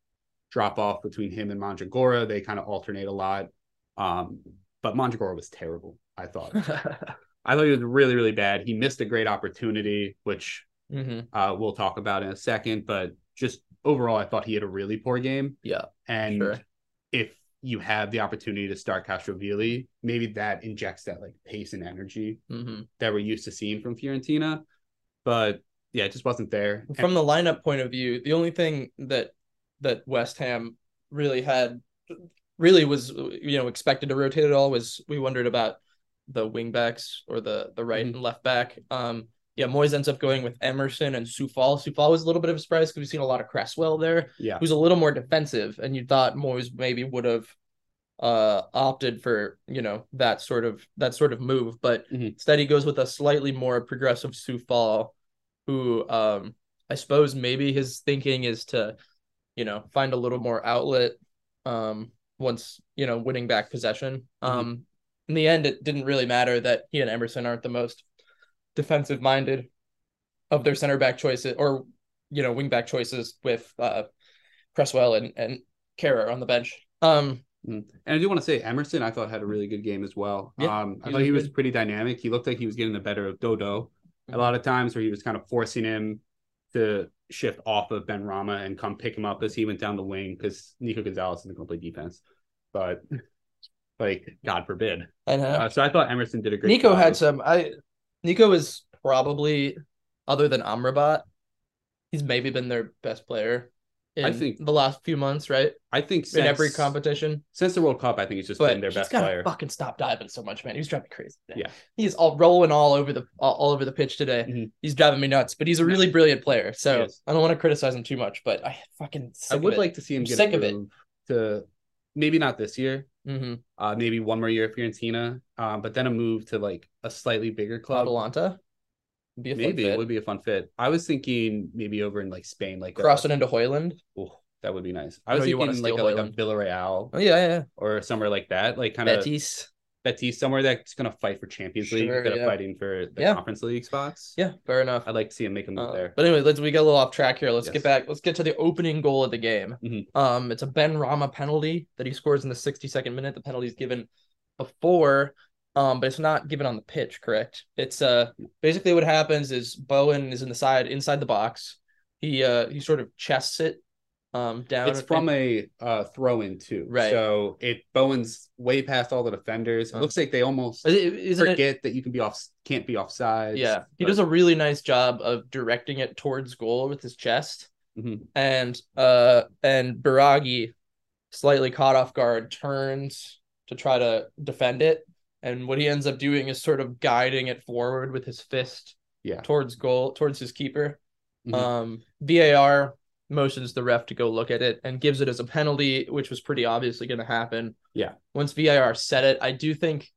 [SPEAKER 2] drop off between him and Mandragora. They kind of alternate a lot. Um, but Mandragora was terrible. I thought.
[SPEAKER 1] Mm-hmm.
[SPEAKER 2] I thought he was really, really bad. He missed a great opportunity, which
[SPEAKER 1] mm-hmm.
[SPEAKER 2] uh, we'll talk about in a second. But just overall, I thought he had a really poor game.
[SPEAKER 1] Yeah,
[SPEAKER 2] And
[SPEAKER 1] sure.
[SPEAKER 2] if you have the opportunity to start Castrovilli, maybe that injects that like pace and energy
[SPEAKER 1] Mm-hmm.
[SPEAKER 2] that we're used to seeing from Fiorentina. But yeah, it just wasn't there. And-
[SPEAKER 1] from the lineup point of view, the only thing that that West Ham really had really was you know expected to rotate at all was we wondered about the wing backs or the the right
[SPEAKER 2] Mhm.
[SPEAKER 1] and left back. Um yeah, Moyes ends up going with Emerson and Sufal. Sufal was a little bit of a surprise because we've seen a lot of Cresswell there,
[SPEAKER 2] yeah,
[SPEAKER 1] who's a little more defensive, and you thought Moyes maybe would have uh opted for you know that sort of that sort of move but
[SPEAKER 2] Mhm.
[SPEAKER 1] instead he goes with a slightly more progressive Sufal who um I suppose maybe his thinking is to you know find a little more outlet um once you know winning back possession um in the end it didn't really matter that he and Emerson aren't the most defensive minded of their center back choices or you know wing back choices with uh Cresswell and and Kara on the bench um
[SPEAKER 2] and I do want to say Emerson, I thought had a really good game as well.
[SPEAKER 1] Yeah,
[SPEAKER 2] um, I
[SPEAKER 1] he
[SPEAKER 2] thought
[SPEAKER 1] was
[SPEAKER 2] he was
[SPEAKER 1] good. Mm-hmm.
[SPEAKER 2] pretty dynamic. He looked like he was getting the better of Dodo a lot of times, where he was kind of forcing him to shift off of Ben Rama and come pick him up as he went down the wing because Nico Gonzalez isn't going to play defense, but like God forbid.
[SPEAKER 1] I know.
[SPEAKER 2] Uh, so I thought Emerson did a great.
[SPEAKER 1] Nico
[SPEAKER 2] job.
[SPEAKER 1] had some. I Nico is probably other than Amrabat, he's maybe been their best player. In
[SPEAKER 2] I think-
[SPEAKER 1] the last few months, right?
[SPEAKER 2] I think since,
[SPEAKER 1] in every competition,
[SPEAKER 2] since the World Cup, I think he's just
[SPEAKER 1] but
[SPEAKER 2] been their
[SPEAKER 1] he's
[SPEAKER 2] best
[SPEAKER 1] gotta
[SPEAKER 2] player.
[SPEAKER 1] fucking stop diving so much, man. He was driving me crazy. today.
[SPEAKER 2] Yeah.
[SPEAKER 1] he's all rolling all over the all, all over the pitch today.
[SPEAKER 2] Mhm.
[SPEAKER 1] He's driving me nuts. But he's a really brilliant player, so
[SPEAKER 2] Yes.
[SPEAKER 1] I don't want to criticize him too much. But I fucking
[SPEAKER 2] I
[SPEAKER 1] sick
[SPEAKER 2] would
[SPEAKER 1] of it.
[SPEAKER 2] like to see him
[SPEAKER 1] I'm
[SPEAKER 2] get
[SPEAKER 1] sick
[SPEAKER 2] a
[SPEAKER 1] of it.
[SPEAKER 2] move to maybe not this year,
[SPEAKER 1] Mhm.
[SPEAKER 2] uh, maybe one more year at Fiorentina, um, but then a move to like a slightly bigger club.
[SPEAKER 1] Atalanta, be a fun
[SPEAKER 2] Maybe
[SPEAKER 1] fit.
[SPEAKER 2] it would be a fun fit. I was thinking maybe over in like Spain, like a-
[SPEAKER 1] cross it into Hoyland.
[SPEAKER 2] Oh, that would be nice. I
[SPEAKER 1] I
[SPEAKER 2] was
[SPEAKER 1] know you wanna
[SPEAKER 2] thinking like
[SPEAKER 1] steal
[SPEAKER 2] a, like a
[SPEAKER 1] Hoyland.
[SPEAKER 2] Villarreal
[SPEAKER 1] Oh yeah, yeah, yeah.
[SPEAKER 2] or somewhere like that, like kind of
[SPEAKER 1] Betis.
[SPEAKER 2] Betis somewhere that's going to fight for Champions League
[SPEAKER 1] Sure,
[SPEAKER 2] instead
[SPEAKER 1] yeah.
[SPEAKER 2] of fighting for the
[SPEAKER 1] Yeah.
[SPEAKER 2] Conference League spots.
[SPEAKER 1] Yeah, fair enough.
[SPEAKER 2] I'd like to see him make a move
[SPEAKER 1] Uh,
[SPEAKER 2] there.
[SPEAKER 1] But anyway, let's we get a little off track here. Let's get
[SPEAKER 2] Yes.
[SPEAKER 1] back. Let's get to the opening goal of the game.
[SPEAKER 2] Mhm.
[SPEAKER 1] Um, it's a Ben Rama penalty that he scores in the 62nd minute. The penalty is given before, um, but it's not given on the pitch. Correct. It's uh basically what happens is Bowen is in the side inside the box. He uh he sort of chests it um down.
[SPEAKER 2] It's from a uh, throw in too,
[SPEAKER 1] Right.
[SPEAKER 2] So it Bowen's way past all the defenders. It
[SPEAKER 1] Uh.
[SPEAKER 2] looks like they almost
[SPEAKER 1] isn't it?
[SPEAKER 2] forget that you can be off, can't be offside.
[SPEAKER 1] Yeah, he does a really nice job of directing it towards goal with his chest,
[SPEAKER 2] Mhm.
[SPEAKER 1] and uh, and Baragi, slightly caught off guard, turns to try to defend it, and what he ends up doing is sort of guiding it forward with his fist,
[SPEAKER 2] Yeah.
[SPEAKER 1] towards goal, towards his keeper.
[SPEAKER 2] Mhm.
[SPEAKER 1] Um, VAR motions the ref to go look at it and gives it as a penalty, which was pretty obviously going to happen.
[SPEAKER 2] Yeah.
[SPEAKER 1] once VAR said it, I do think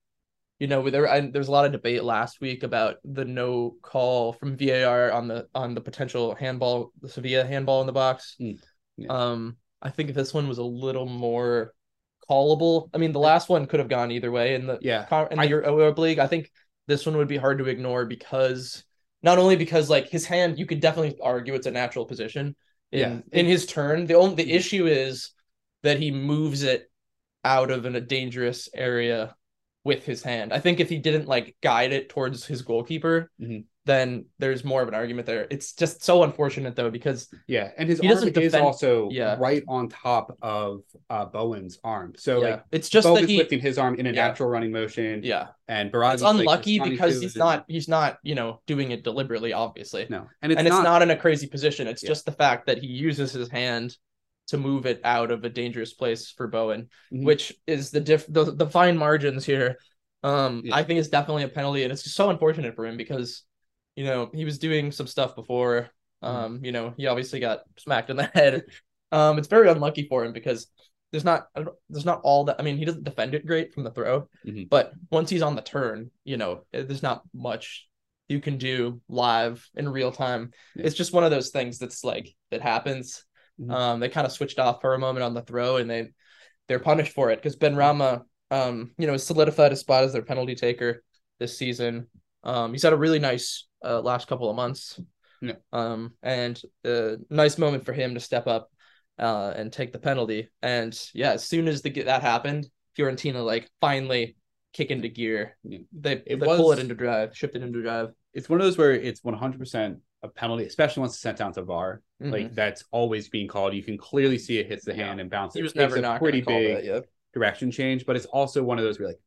[SPEAKER 1] you know, with there, I, there was a lot of debate last week about the no call from VAR on the on the potential handball, the Sevilla handball in the box.
[SPEAKER 2] Mm, yeah.
[SPEAKER 1] Um, I think this one was a little more callable. I mean, the last one could have gone either way in the
[SPEAKER 2] Yeah.
[SPEAKER 1] con- in the
[SPEAKER 2] I-
[SPEAKER 1] Europa League. I think this one would be hard to ignore because not only because like his hand, you could definitely argue it's a natural position in
[SPEAKER 2] Yeah.
[SPEAKER 1] in his turn. The only the
[SPEAKER 2] Mhm.
[SPEAKER 1] issue is that he moves it out of an, a dangerous area with his hand. I think if he didn't like guide it towards his goalkeeper,
[SPEAKER 2] Mhm.
[SPEAKER 1] then there's more of an argument there. It's just so unfortunate though because
[SPEAKER 2] Yeah, and his
[SPEAKER 1] He
[SPEAKER 2] arm
[SPEAKER 1] doesn't
[SPEAKER 2] is
[SPEAKER 1] defend-
[SPEAKER 2] also
[SPEAKER 1] yeah.
[SPEAKER 2] right on top of uh, Bowen's arm. So
[SPEAKER 1] yeah,
[SPEAKER 2] like
[SPEAKER 1] it's just that
[SPEAKER 2] Bowen's
[SPEAKER 1] he
[SPEAKER 2] lifting his arm in a
[SPEAKER 1] Yeah.
[SPEAKER 2] natural running motion,
[SPEAKER 1] yeah,
[SPEAKER 2] and Baragi.
[SPEAKER 1] it's unlucky because he's not he's not you know doing it deliberately obviously,
[SPEAKER 2] No, and it's
[SPEAKER 1] and
[SPEAKER 2] not.
[SPEAKER 1] it's not in a crazy position. It's
[SPEAKER 2] Yeah.
[SPEAKER 1] just the fact that he uses his hand to move it out of a dangerous place for Bowen.
[SPEAKER 2] Mhm.
[SPEAKER 1] which is the diff the, the fine margins here. Um,
[SPEAKER 2] Yeah.
[SPEAKER 1] I think it's definitely a penalty, and it's just so unfortunate for him because, you know, he was doing some stuff before. Um, you know, he obviously got smacked in the head. Um, it's very unlucky for him because there's not I don't- there's not all that. I mean, he doesn't defend it great from the throw,
[SPEAKER 2] Mhm.
[SPEAKER 1] but once he's on the turn, you know, eh, there's not much you can do live in real time.
[SPEAKER 2] Yeah.
[SPEAKER 1] It's just one of those things that's like that happens.
[SPEAKER 2] Mhm.
[SPEAKER 1] Um, they kind of switched off for a moment on the throw, and they they're punished for it because Ben Rama, um, you know, has solidified his spot as their penalty taker this season. Um, he's had a really nice uh, last couple of months.
[SPEAKER 2] Yeah.
[SPEAKER 1] Um, and a nice moment for him to step up uh, and take the penalty. And yeah, as soon as the, that happened, Fiorentina like finally kick into gear.
[SPEAKER 2] Yeah.
[SPEAKER 1] They,
[SPEAKER 2] It
[SPEAKER 1] they pull
[SPEAKER 2] was-
[SPEAKER 1] it into drive, shift it into drive.
[SPEAKER 2] It's one of those where it's one hundred percent a penalty, especially once it's sent down to VAR.
[SPEAKER 1] Mhm.
[SPEAKER 2] Like that's always being called. You can clearly see it hits the hand and bounces.
[SPEAKER 1] he was
[SPEAKER 2] It takes
[SPEAKER 1] never
[SPEAKER 2] a
[SPEAKER 1] not
[SPEAKER 2] pretty
[SPEAKER 1] pretty call
[SPEAKER 2] big
[SPEAKER 1] That, yeah.
[SPEAKER 2] direction change, but it's also one of those where you're like,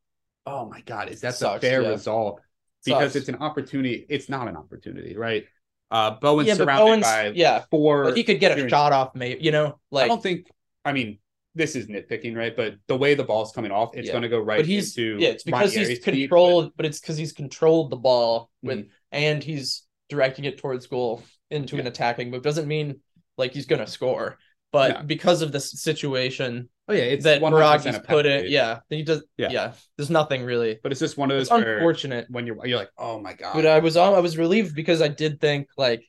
[SPEAKER 2] oh my god, is that
[SPEAKER 1] Sucks,
[SPEAKER 2] the fair
[SPEAKER 1] yeah.
[SPEAKER 2] result? Because
[SPEAKER 1] Sucks.
[SPEAKER 2] it's an opportunity. It's not an opportunity, right? Uh, Bowen's
[SPEAKER 1] Yeah, but
[SPEAKER 2] surrounded
[SPEAKER 1] Bowen's-
[SPEAKER 2] by
[SPEAKER 1] yeah,
[SPEAKER 2] four.
[SPEAKER 1] But he could get a
[SPEAKER 2] Fiorentina-
[SPEAKER 1] shot off, maybe you know, like
[SPEAKER 2] I don't think. I mean, this is nitpicking, right? But the way the ball's coming off, it's
[SPEAKER 1] Yeah.
[SPEAKER 2] going to go right
[SPEAKER 1] but he's
[SPEAKER 2] into.
[SPEAKER 1] yeah, it's because
[SPEAKER 2] Ranieri's
[SPEAKER 1] he's
[SPEAKER 2] feet, but- Mm-hmm.
[SPEAKER 1] controlled, but it's because he's controlled the ball with and he's directing it towards goal into an attacking move. Doesn't mean like he's gonna score, but
[SPEAKER 2] No.
[SPEAKER 1] because of this situation
[SPEAKER 2] Oh yeah, it's
[SPEAKER 1] that
[SPEAKER 2] 100%
[SPEAKER 1] Meraki's
[SPEAKER 2] a
[SPEAKER 1] put it,
[SPEAKER 2] penalty.
[SPEAKER 1] yeah, he does. Yeah.
[SPEAKER 2] Yeah.
[SPEAKER 1] there's nothing really.
[SPEAKER 2] But it's just one of
[SPEAKER 1] It's
[SPEAKER 2] those where
[SPEAKER 1] unfortunate,
[SPEAKER 2] when you're you're like, oh my god,
[SPEAKER 1] but uh, I was I was relieved because I did think like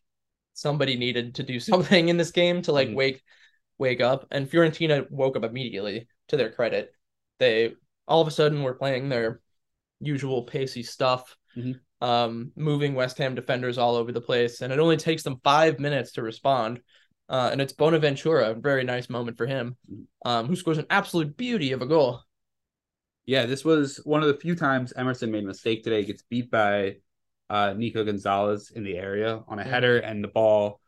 [SPEAKER 1] somebody needed to do something in this game to like
[SPEAKER 2] Mhm.
[SPEAKER 1] wake wake up, and Fiorentina woke up immediately. To their credit, they all of a sudden were playing their usual pacey stuff,
[SPEAKER 2] Mhm.
[SPEAKER 1] um, moving West Ham defenders all over the place, and it only takes them five minutes to respond. Uh, and it's Bonaventura, a very nice moment for him,
[SPEAKER 2] Mhm.
[SPEAKER 1] um, who scores an absolute beauty of a goal.
[SPEAKER 2] Yeah, this was one of the few times Emerson made a mistake today. He gets beat by uh, Nico Gonzalez in the area on a
[SPEAKER 1] Mm.
[SPEAKER 2] header, and the ball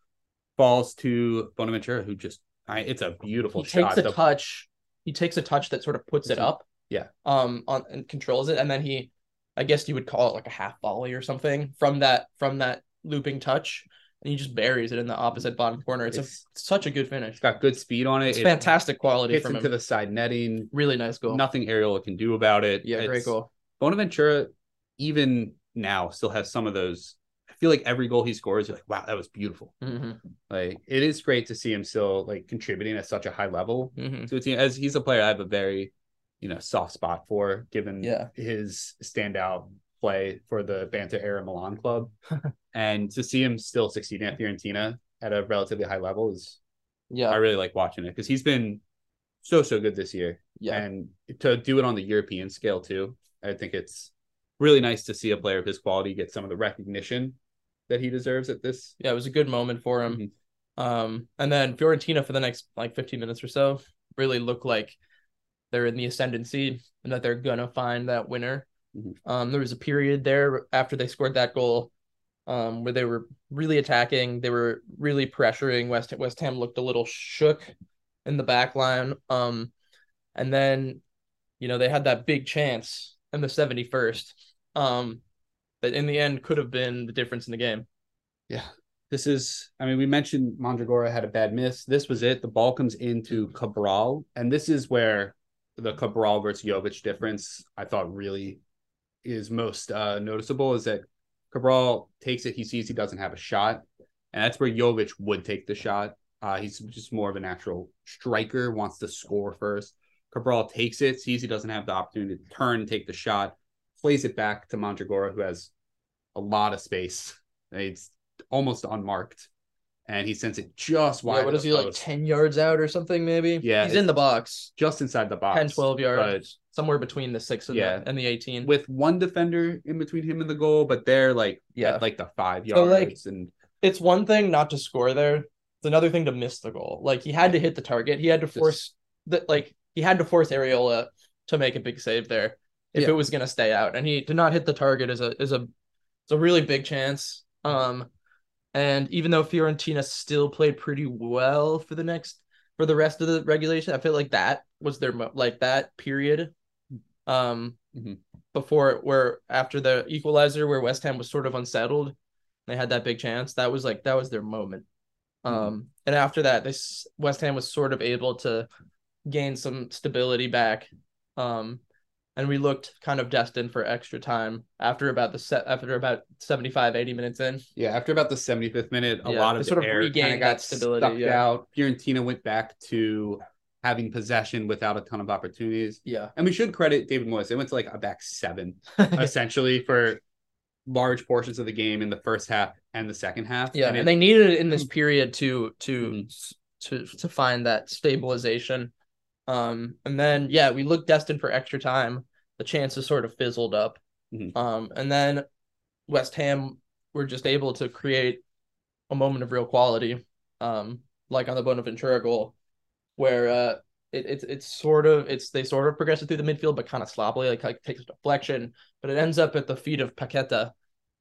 [SPEAKER 2] falls to Bonaventura, who just I, it's a beautiful
[SPEAKER 1] he
[SPEAKER 2] shot.
[SPEAKER 1] takes a
[SPEAKER 2] The-
[SPEAKER 1] touch. He takes a touch that sort of puts it
[SPEAKER 2] Mhm.
[SPEAKER 1] up.
[SPEAKER 2] Yeah.
[SPEAKER 1] Um. On and controls it, and then he, I guess you would call it like a half volley or something from that from that looping touch, and he just buries it in the opposite bottom corner. It's,
[SPEAKER 2] It's-
[SPEAKER 1] a, such a good finish.
[SPEAKER 2] it's got good speed on it.
[SPEAKER 1] It's
[SPEAKER 2] It
[SPEAKER 1] fantastic quality
[SPEAKER 2] Hits
[SPEAKER 1] from him.
[SPEAKER 2] into the side netting.
[SPEAKER 1] really nice goal.
[SPEAKER 2] Nothing Ariola can do about it.
[SPEAKER 1] yeah, great
[SPEAKER 2] It's-
[SPEAKER 1] goal.
[SPEAKER 2] Bonaventura, even now, still has some of those. I feel like every goal he scores, you're like, wow, that was beautiful.
[SPEAKER 1] hmm
[SPEAKER 2] Like it is great to see him still like contributing at such a high level
[SPEAKER 1] hmm
[SPEAKER 2] to a team. As he's a player, I have a very, you know, soft spot for, given
[SPEAKER 1] Yeah.
[SPEAKER 2] his standout play for the Banter era Milan club, and to see him still succeeding at Fiorentina at a relatively high level is I
[SPEAKER 1] Yeah.
[SPEAKER 2] really like watching it because he's been so so good this year,
[SPEAKER 1] Yeah.
[SPEAKER 2] and to do it on the European scale too I think it's really nice to see a player of his quality get some of the recognition that he deserves at this.
[SPEAKER 1] Yeah, it was a good moment for him. Um, and then Fiorentina for the next like 15 minutes or so really look like they're in the ascendancy and that they're gonna find that winner.
[SPEAKER 2] Mhm.
[SPEAKER 1] Um, there was a period there after they scored that goal, um, where they were really attacking. They were really pressuring. West West Ham looked a little shook in the back line. Um, and then, you know, they had that big chance in the 71st. Um, that in the end could have been the difference in the game.
[SPEAKER 2] This is, I mean, we mentioned Mondragora had a bad miss. This was it. The ball comes into Cabral, and this is where the Cabral versus Jovic difference I thought really is most uh, noticeable is that Cabral takes it. He sees he doesn't have a shot, and that's where Jovic would take the shot. Uh, he's just more of a natural striker, wants to score first. Cabral takes it, sees he doesn't have the opportunity to turn, take the shot, plays it back to Mondragora, who has a lot of space. It's almost unmarked, and he sends it just wide.
[SPEAKER 1] Yeah, what
[SPEAKER 2] of
[SPEAKER 1] is
[SPEAKER 2] the
[SPEAKER 1] he like
[SPEAKER 2] post,
[SPEAKER 1] 10 yards out or something maybe?
[SPEAKER 2] Yeah,
[SPEAKER 1] He's in the box,
[SPEAKER 2] just inside the box,
[SPEAKER 1] 10 12
[SPEAKER 2] but
[SPEAKER 1] yards, somewhere between the 6 and
[SPEAKER 2] Yeah.
[SPEAKER 1] the, and the 18.
[SPEAKER 2] with one defender in between him and the goal, but they're like
[SPEAKER 1] Yeah.
[SPEAKER 2] at like the five
[SPEAKER 1] So,
[SPEAKER 2] yards,
[SPEAKER 1] like,
[SPEAKER 2] and
[SPEAKER 1] it's one thing not to score there. It's another thing to miss the goal. Like he had to hit the target. He had to force that. Like he had to force Areola to make a big save there if
[SPEAKER 2] Yeah.
[SPEAKER 1] it was gonna stay out. And he to not hit the target is a is a it's a really big chance.
[SPEAKER 2] Mm.
[SPEAKER 1] Um, and even though Fiorentina still played pretty well for the next for the rest of the regulation, I feel like that was their mo- like that period. Um.
[SPEAKER 2] Mhm.
[SPEAKER 1] Before where after the equalizer where West Ham was sort of unsettled, they had that big chance. That was like that was their moment. Um, and after that, this West Ham was sort of able to gain some stability back. Um, and we looked kind of destined for extra time after about the set after about 75, 80 minutes in.
[SPEAKER 2] Yeah, after about the 75th minute, a
[SPEAKER 1] Yeah,
[SPEAKER 2] lot
[SPEAKER 1] they
[SPEAKER 2] of the
[SPEAKER 1] sort of
[SPEAKER 2] air
[SPEAKER 1] regained
[SPEAKER 2] kinda got
[SPEAKER 1] that stability,
[SPEAKER 2] stuck
[SPEAKER 1] yeah.
[SPEAKER 2] out. Fiorentina went back to having possession without a ton of opportunities.
[SPEAKER 1] Yeah.
[SPEAKER 2] And we should credit David Moyes. They went to like a back seven, essentially, for large portions of the game in the first half and the second half.
[SPEAKER 1] Yeah.
[SPEAKER 2] And
[SPEAKER 1] And,
[SPEAKER 2] it- Mm.
[SPEAKER 1] they needed it in this period to to
[SPEAKER 2] Mhm.
[SPEAKER 1] s- to to find that stabilization. Um, and then yeah, we looked destined for extra time. The chances sort of fizzled up.
[SPEAKER 2] Mhm.
[SPEAKER 1] Um, and then West Ham were just able to create a moment of real quality, um, like on the Bonaventura goal, where uh, it, it's it's sort of it's they sort of progress it through the midfield, but kind of sloppily, like, like takes a deflection, but it ends up at the feet of Paqueta,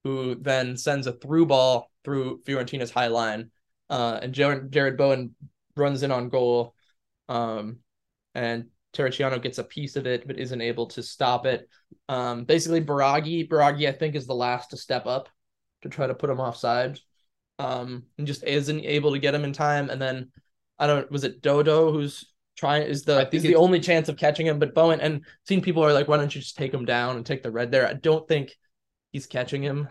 [SPEAKER 1] who then sends a through ball through Fiorentina's high line, uh, and Jared, Jared Bowen runs in on goal, um, and Terracciano gets a piece of it but isn't able to stop it. Um, basically, Baragi Baragi I think is the last to step up to try to put him offside, um, and just isn't able to get him in time. And then I don't was it Dodo who's trying is
[SPEAKER 2] I
[SPEAKER 1] the
[SPEAKER 2] think
[SPEAKER 1] is the
[SPEAKER 2] it's-
[SPEAKER 1] only chance of catching him, but Bowen and seen people are like, why don't you just take him down and take the red there? I don't think he's catching him.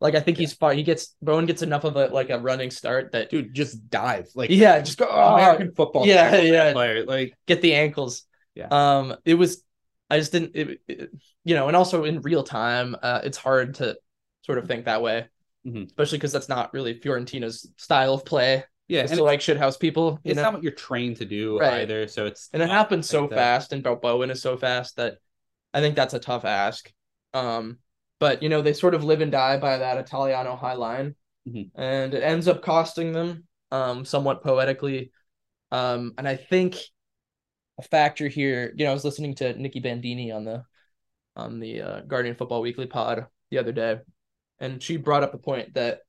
[SPEAKER 1] like I think he's fine. He gets Bowen gets enough of a like a running start that
[SPEAKER 2] dude, just dive. Like,
[SPEAKER 1] yeah, just go. "Ah,
[SPEAKER 2] "Oh, American football.
[SPEAKER 1] yeah, yeah.
[SPEAKER 2] Player. Like,
[SPEAKER 1] get the ankles.
[SPEAKER 2] Yeah.
[SPEAKER 1] Um, it was, I just didn't, it, it- you know, and also in real time, uh, it's hard to sort of think that way,
[SPEAKER 2] Mhm.
[SPEAKER 1] especially because that's not really Fiorentina's style of play.
[SPEAKER 2] yeah.
[SPEAKER 1] It's
[SPEAKER 2] and
[SPEAKER 1] to like shithouse people, you
[SPEAKER 2] it's
[SPEAKER 1] know.
[SPEAKER 2] not what you're trained to do
[SPEAKER 1] Right.
[SPEAKER 2] either. So it's
[SPEAKER 1] and it
[SPEAKER 2] not
[SPEAKER 1] happens so
[SPEAKER 2] like that.
[SPEAKER 1] fast, and Bowen is so fast that I think that's a tough ask. Um, but you know, they sort of live and die by that Italiano high line,
[SPEAKER 2] Mhm.
[SPEAKER 1] and it ends up costing them, um, somewhat poetically. Um, and I think a factor here, you know, I was listening to Nikki Bandini on the on the uh, Guardian Football Weekly pod the other day, and she brought up the point that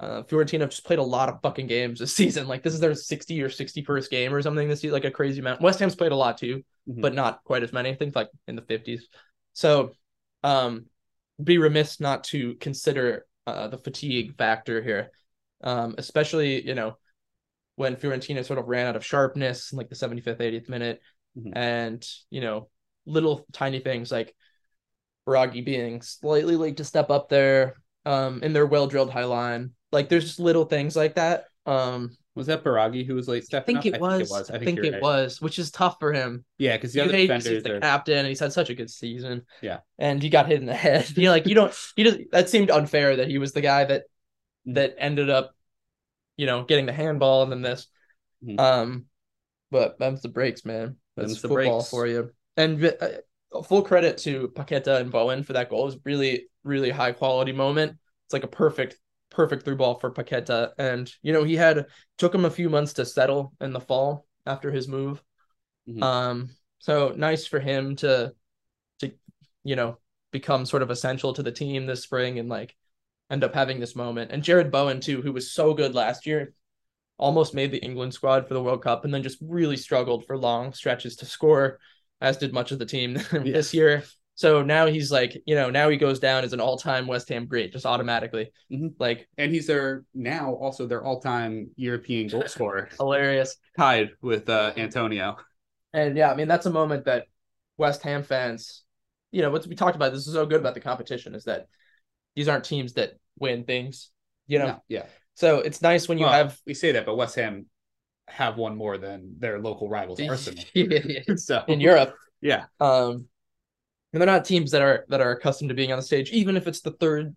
[SPEAKER 1] uh, Fiorentina have just played a lot of fucking games this season. Like this is their 60 or 61st game or something this season, like a crazy amount. West Ham's played a lot too,
[SPEAKER 2] Mhm.
[SPEAKER 1] but not quite as many. I think like in the 50s. So, um, be remiss not to consider uh, the fatigue factor here, um, especially you know when Fiorentina sort of ran out of sharpness in like the 75th, 80th minute,
[SPEAKER 2] Mhm.
[SPEAKER 1] and you know little tiny things like Baragi being slightly late to step up there, um, in their well drilled high line. Like there's just little things like that. Um,
[SPEAKER 2] Was that Baragi who was late
[SPEAKER 1] I
[SPEAKER 2] stepping
[SPEAKER 1] think,
[SPEAKER 2] up?
[SPEAKER 1] it, was,
[SPEAKER 2] I think,
[SPEAKER 1] it
[SPEAKER 2] you're right.
[SPEAKER 1] was, which is tough for him.
[SPEAKER 2] Yeah, because the
[SPEAKER 1] You
[SPEAKER 2] other
[SPEAKER 1] hate 'cause he's
[SPEAKER 2] defenders
[SPEAKER 1] the
[SPEAKER 2] are
[SPEAKER 1] captain, and he's had such a good season.
[SPEAKER 2] Yeah.
[SPEAKER 1] and he got hit in the head. You like you don't. He just that seemed unfair that he was the guy that
[SPEAKER 2] Mhm.
[SPEAKER 1] that ended up, you know, getting the handball and then this.
[SPEAKER 2] Mhm.
[SPEAKER 1] Um, but that's the breaks, man. That's
[SPEAKER 2] Them's the
[SPEAKER 1] football
[SPEAKER 2] breaks.
[SPEAKER 1] for you. And uh, full credit to Paqueta and Bowen for that goal. It was really, really high quality moment. It's like a perfect, perfect through ball for Paqueta. And, you know, he had took him a few months to settle in the fall after his move.
[SPEAKER 2] Mhm.
[SPEAKER 1] Um, so nice for him to to, you know, become sort of essential to the team this spring and like end up having this moment. And Jared Bowen too, who was so good last year, almost made the England squad for the World Cup and then just really struggled for long stretches to score, as did much of the team this year. So now he's like, you know, now he goes down as an all-time West Ham great, just automatically.
[SPEAKER 2] Mhm.
[SPEAKER 1] Like
[SPEAKER 2] and he's their now also their all-time European goal scorer,
[SPEAKER 1] hilarious.
[SPEAKER 2] tied with uh, Antonio.
[SPEAKER 1] And yeah, I mean that's a moment that West Ham fans, you know, what we talked about. This is so good about the competition is that these aren't teams that win things, you know.
[SPEAKER 2] Yeah, yeah.
[SPEAKER 1] So it's nice when you
[SPEAKER 2] Well,
[SPEAKER 1] have
[SPEAKER 2] we say that, but West Ham have one more than their local rivals Arsenal. so
[SPEAKER 1] in Europe,
[SPEAKER 2] yeah,
[SPEAKER 1] um, and they're not teams that are that are accustomed to being on the stage, even if it's the third,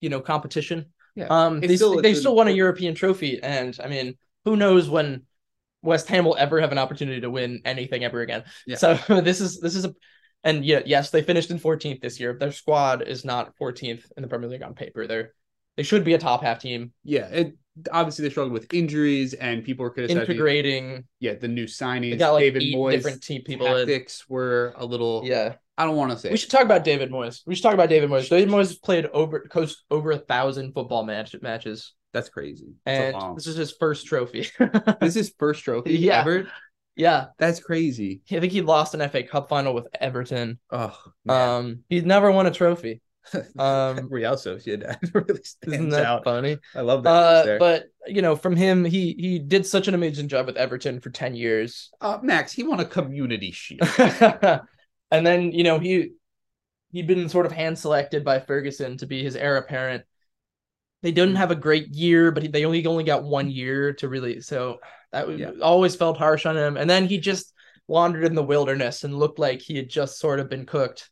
[SPEAKER 1] you know, competition.
[SPEAKER 2] Yeah.
[SPEAKER 1] Um,
[SPEAKER 2] It's
[SPEAKER 1] they
[SPEAKER 2] still-
[SPEAKER 1] still, they
[SPEAKER 2] it's
[SPEAKER 1] still
[SPEAKER 2] an-
[SPEAKER 1] won a European trophy, and I mean, who knows when West Ham will ever have an opportunity to win anything ever again?
[SPEAKER 2] Yeah.
[SPEAKER 1] So this is this is a, and yeah, yes, they finished in 14th this year. Their squad is not 14th in the Premier League on paper. They're they should be a top half team,
[SPEAKER 2] yeah. It, obviously, they struggled with injuries, and people were criticizing.
[SPEAKER 1] integrating.
[SPEAKER 2] Yeah, the new signings,
[SPEAKER 1] They got like
[SPEAKER 2] David
[SPEAKER 1] eight
[SPEAKER 2] Moyes'
[SPEAKER 1] different team people. In.
[SPEAKER 2] tactics were a little.
[SPEAKER 1] Yeah.
[SPEAKER 2] I don't want to say.
[SPEAKER 1] We should talk about David Moyes. We should talk about David Moyes. David Moyes played over coached over a thousand football match, matches,
[SPEAKER 2] That's crazy. That's a
[SPEAKER 1] and
[SPEAKER 2] long-
[SPEAKER 1] this is his first trophy.
[SPEAKER 2] this is first trophy
[SPEAKER 1] Yeah.
[SPEAKER 2] ever.
[SPEAKER 1] yeah,
[SPEAKER 2] That's crazy.
[SPEAKER 1] I think he lost an FA Cup final with Everton.
[SPEAKER 2] Oh, man.
[SPEAKER 1] Um, he'd never won a trophy. Um,
[SPEAKER 2] Real Sociedad that really stands
[SPEAKER 1] isn't that
[SPEAKER 2] out.
[SPEAKER 1] funny?
[SPEAKER 2] I love that.
[SPEAKER 1] Uh,
[SPEAKER 2] there.
[SPEAKER 1] but you know, from him, he he did such an amazing job with Everton for ten years.
[SPEAKER 2] uh, Max, he won a community shield.
[SPEAKER 1] and then you know he he'd been sort of hand selected by Ferguson to be his heir apparent. They didn't have a great year, but he, they only only got one year to really. So that w-
[SPEAKER 2] Yeah.
[SPEAKER 1] always felt harsh on him. And then he just wandered in the wilderness and looked like he had just sort of been cooked,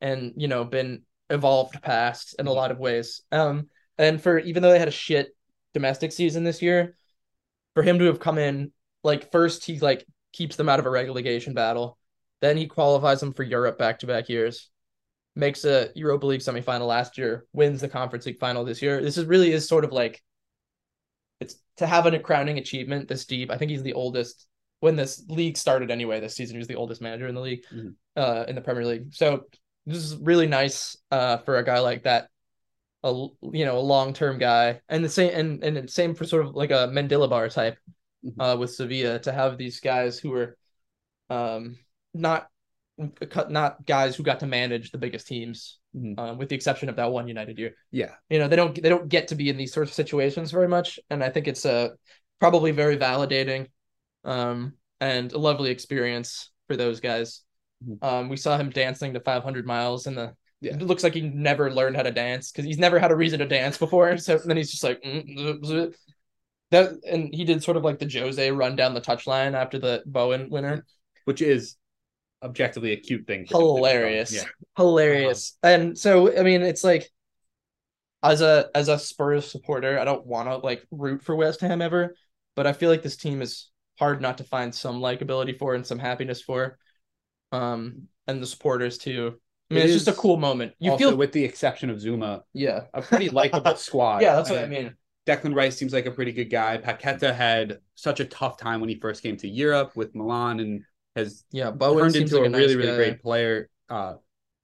[SPEAKER 1] and you know been evolved past in a lot of ways. Um, and for even though they had a shit domestic season this year, for him to have come in like first he like keeps them out of a relegation battle. Then he qualifies them for Europe back to back years, makes a Europa League semifinal last year, wins the Conference League final this year. This is really is sort of like it's to have a crowning achievement this deep. I think he's the oldest when this league started anyway. This season he was the oldest manager in the league,
[SPEAKER 2] Mhm.
[SPEAKER 1] uh, in the Premier League. So this is really nice uh, for a guy like that, a l- you know a long term guy, and the same and and the same for sort of like a Mendilibar type
[SPEAKER 2] Mhm.
[SPEAKER 1] uh, with Sevilla to have these guys who were um, not cut not guys who got to manage the biggest teams,
[SPEAKER 2] Mhm.
[SPEAKER 1] um, with the exception of that one United year.
[SPEAKER 2] yeah,
[SPEAKER 1] You know, they don't they don't get to be in these sorts of situations very much, and I think it's uh, probably very validating, um, and a lovely experience for those guys.
[SPEAKER 2] Mhm.
[SPEAKER 1] Um, we saw him dancing to 500 miles in the.
[SPEAKER 2] Yeah.
[SPEAKER 1] It looks like he never learned how to dance because he's never had a reason to dance before. So then he's just like, mm, z- z- that, and he did sort of like the Jose run down the touchline after the Bowen winner.
[SPEAKER 2] which is objectively a cute thing. for him to do.
[SPEAKER 1] hilarious
[SPEAKER 2] Yeah.
[SPEAKER 1] hilarious Um, and so i mean it's like as a as a spurs supporter i don't want to like root for west ham ever but i feel like this team is hard not to find some likability for and some happiness for um and the supporters too i mean
[SPEAKER 2] It
[SPEAKER 1] it's just
[SPEAKER 2] is
[SPEAKER 1] a cool moment you
[SPEAKER 2] also,
[SPEAKER 1] feel
[SPEAKER 2] with the exception of Zuma,
[SPEAKER 1] yeah
[SPEAKER 2] a pretty likable squad.
[SPEAKER 1] yeah that's what i mean
[SPEAKER 2] Declan Rice seems like a pretty good guy. Paqueta had such a tough time when he first came to Europe with Milan and has
[SPEAKER 1] yeah bowen
[SPEAKER 2] turned
[SPEAKER 1] seems
[SPEAKER 2] into
[SPEAKER 1] like
[SPEAKER 2] a,
[SPEAKER 1] a, nice
[SPEAKER 2] really, really
[SPEAKER 1] guy.
[SPEAKER 2] great player. Uh,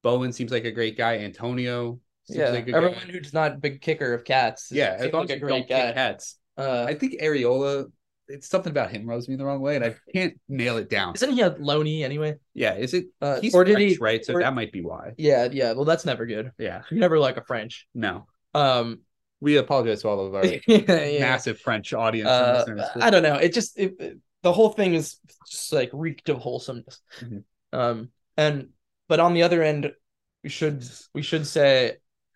[SPEAKER 2] Bowen seems like a great guy. Antonio seems
[SPEAKER 1] yeah
[SPEAKER 2] like a good
[SPEAKER 1] everyone
[SPEAKER 2] guy.
[SPEAKER 1] who's not a big kicker of cats
[SPEAKER 2] Yeah, as
[SPEAKER 1] seems
[SPEAKER 2] long
[SPEAKER 1] like
[SPEAKER 2] as
[SPEAKER 1] a
[SPEAKER 2] you
[SPEAKER 1] great
[SPEAKER 2] don't kick
[SPEAKER 1] guy
[SPEAKER 2] hats.
[SPEAKER 1] uh
[SPEAKER 2] I think Areola, it's something about him rubs me the wrong way, and I can't nail it down.
[SPEAKER 1] isn't he a loney anyway
[SPEAKER 2] Yeah, is it?
[SPEAKER 1] uh,
[SPEAKER 2] he's
[SPEAKER 1] or did
[SPEAKER 2] French,
[SPEAKER 1] he
[SPEAKER 2] right? So
[SPEAKER 1] or-
[SPEAKER 2] that might be why.
[SPEAKER 1] yeah yeah well that's never good
[SPEAKER 2] Yeah,
[SPEAKER 1] you never like a French.
[SPEAKER 2] no.
[SPEAKER 1] Um,
[SPEAKER 2] We apologize to all of our
[SPEAKER 1] yeah, yeah.
[SPEAKER 2] massive French audience. and
[SPEAKER 1] Uh,
[SPEAKER 2] listeners.
[SPEAKER 1] I don't know. It just it, it- the whole thing is just like reeked of wholesomeness.
[SPEAKER 2] Mhm.
[SPEAKER 1] Um, and but on the other end, we should we should say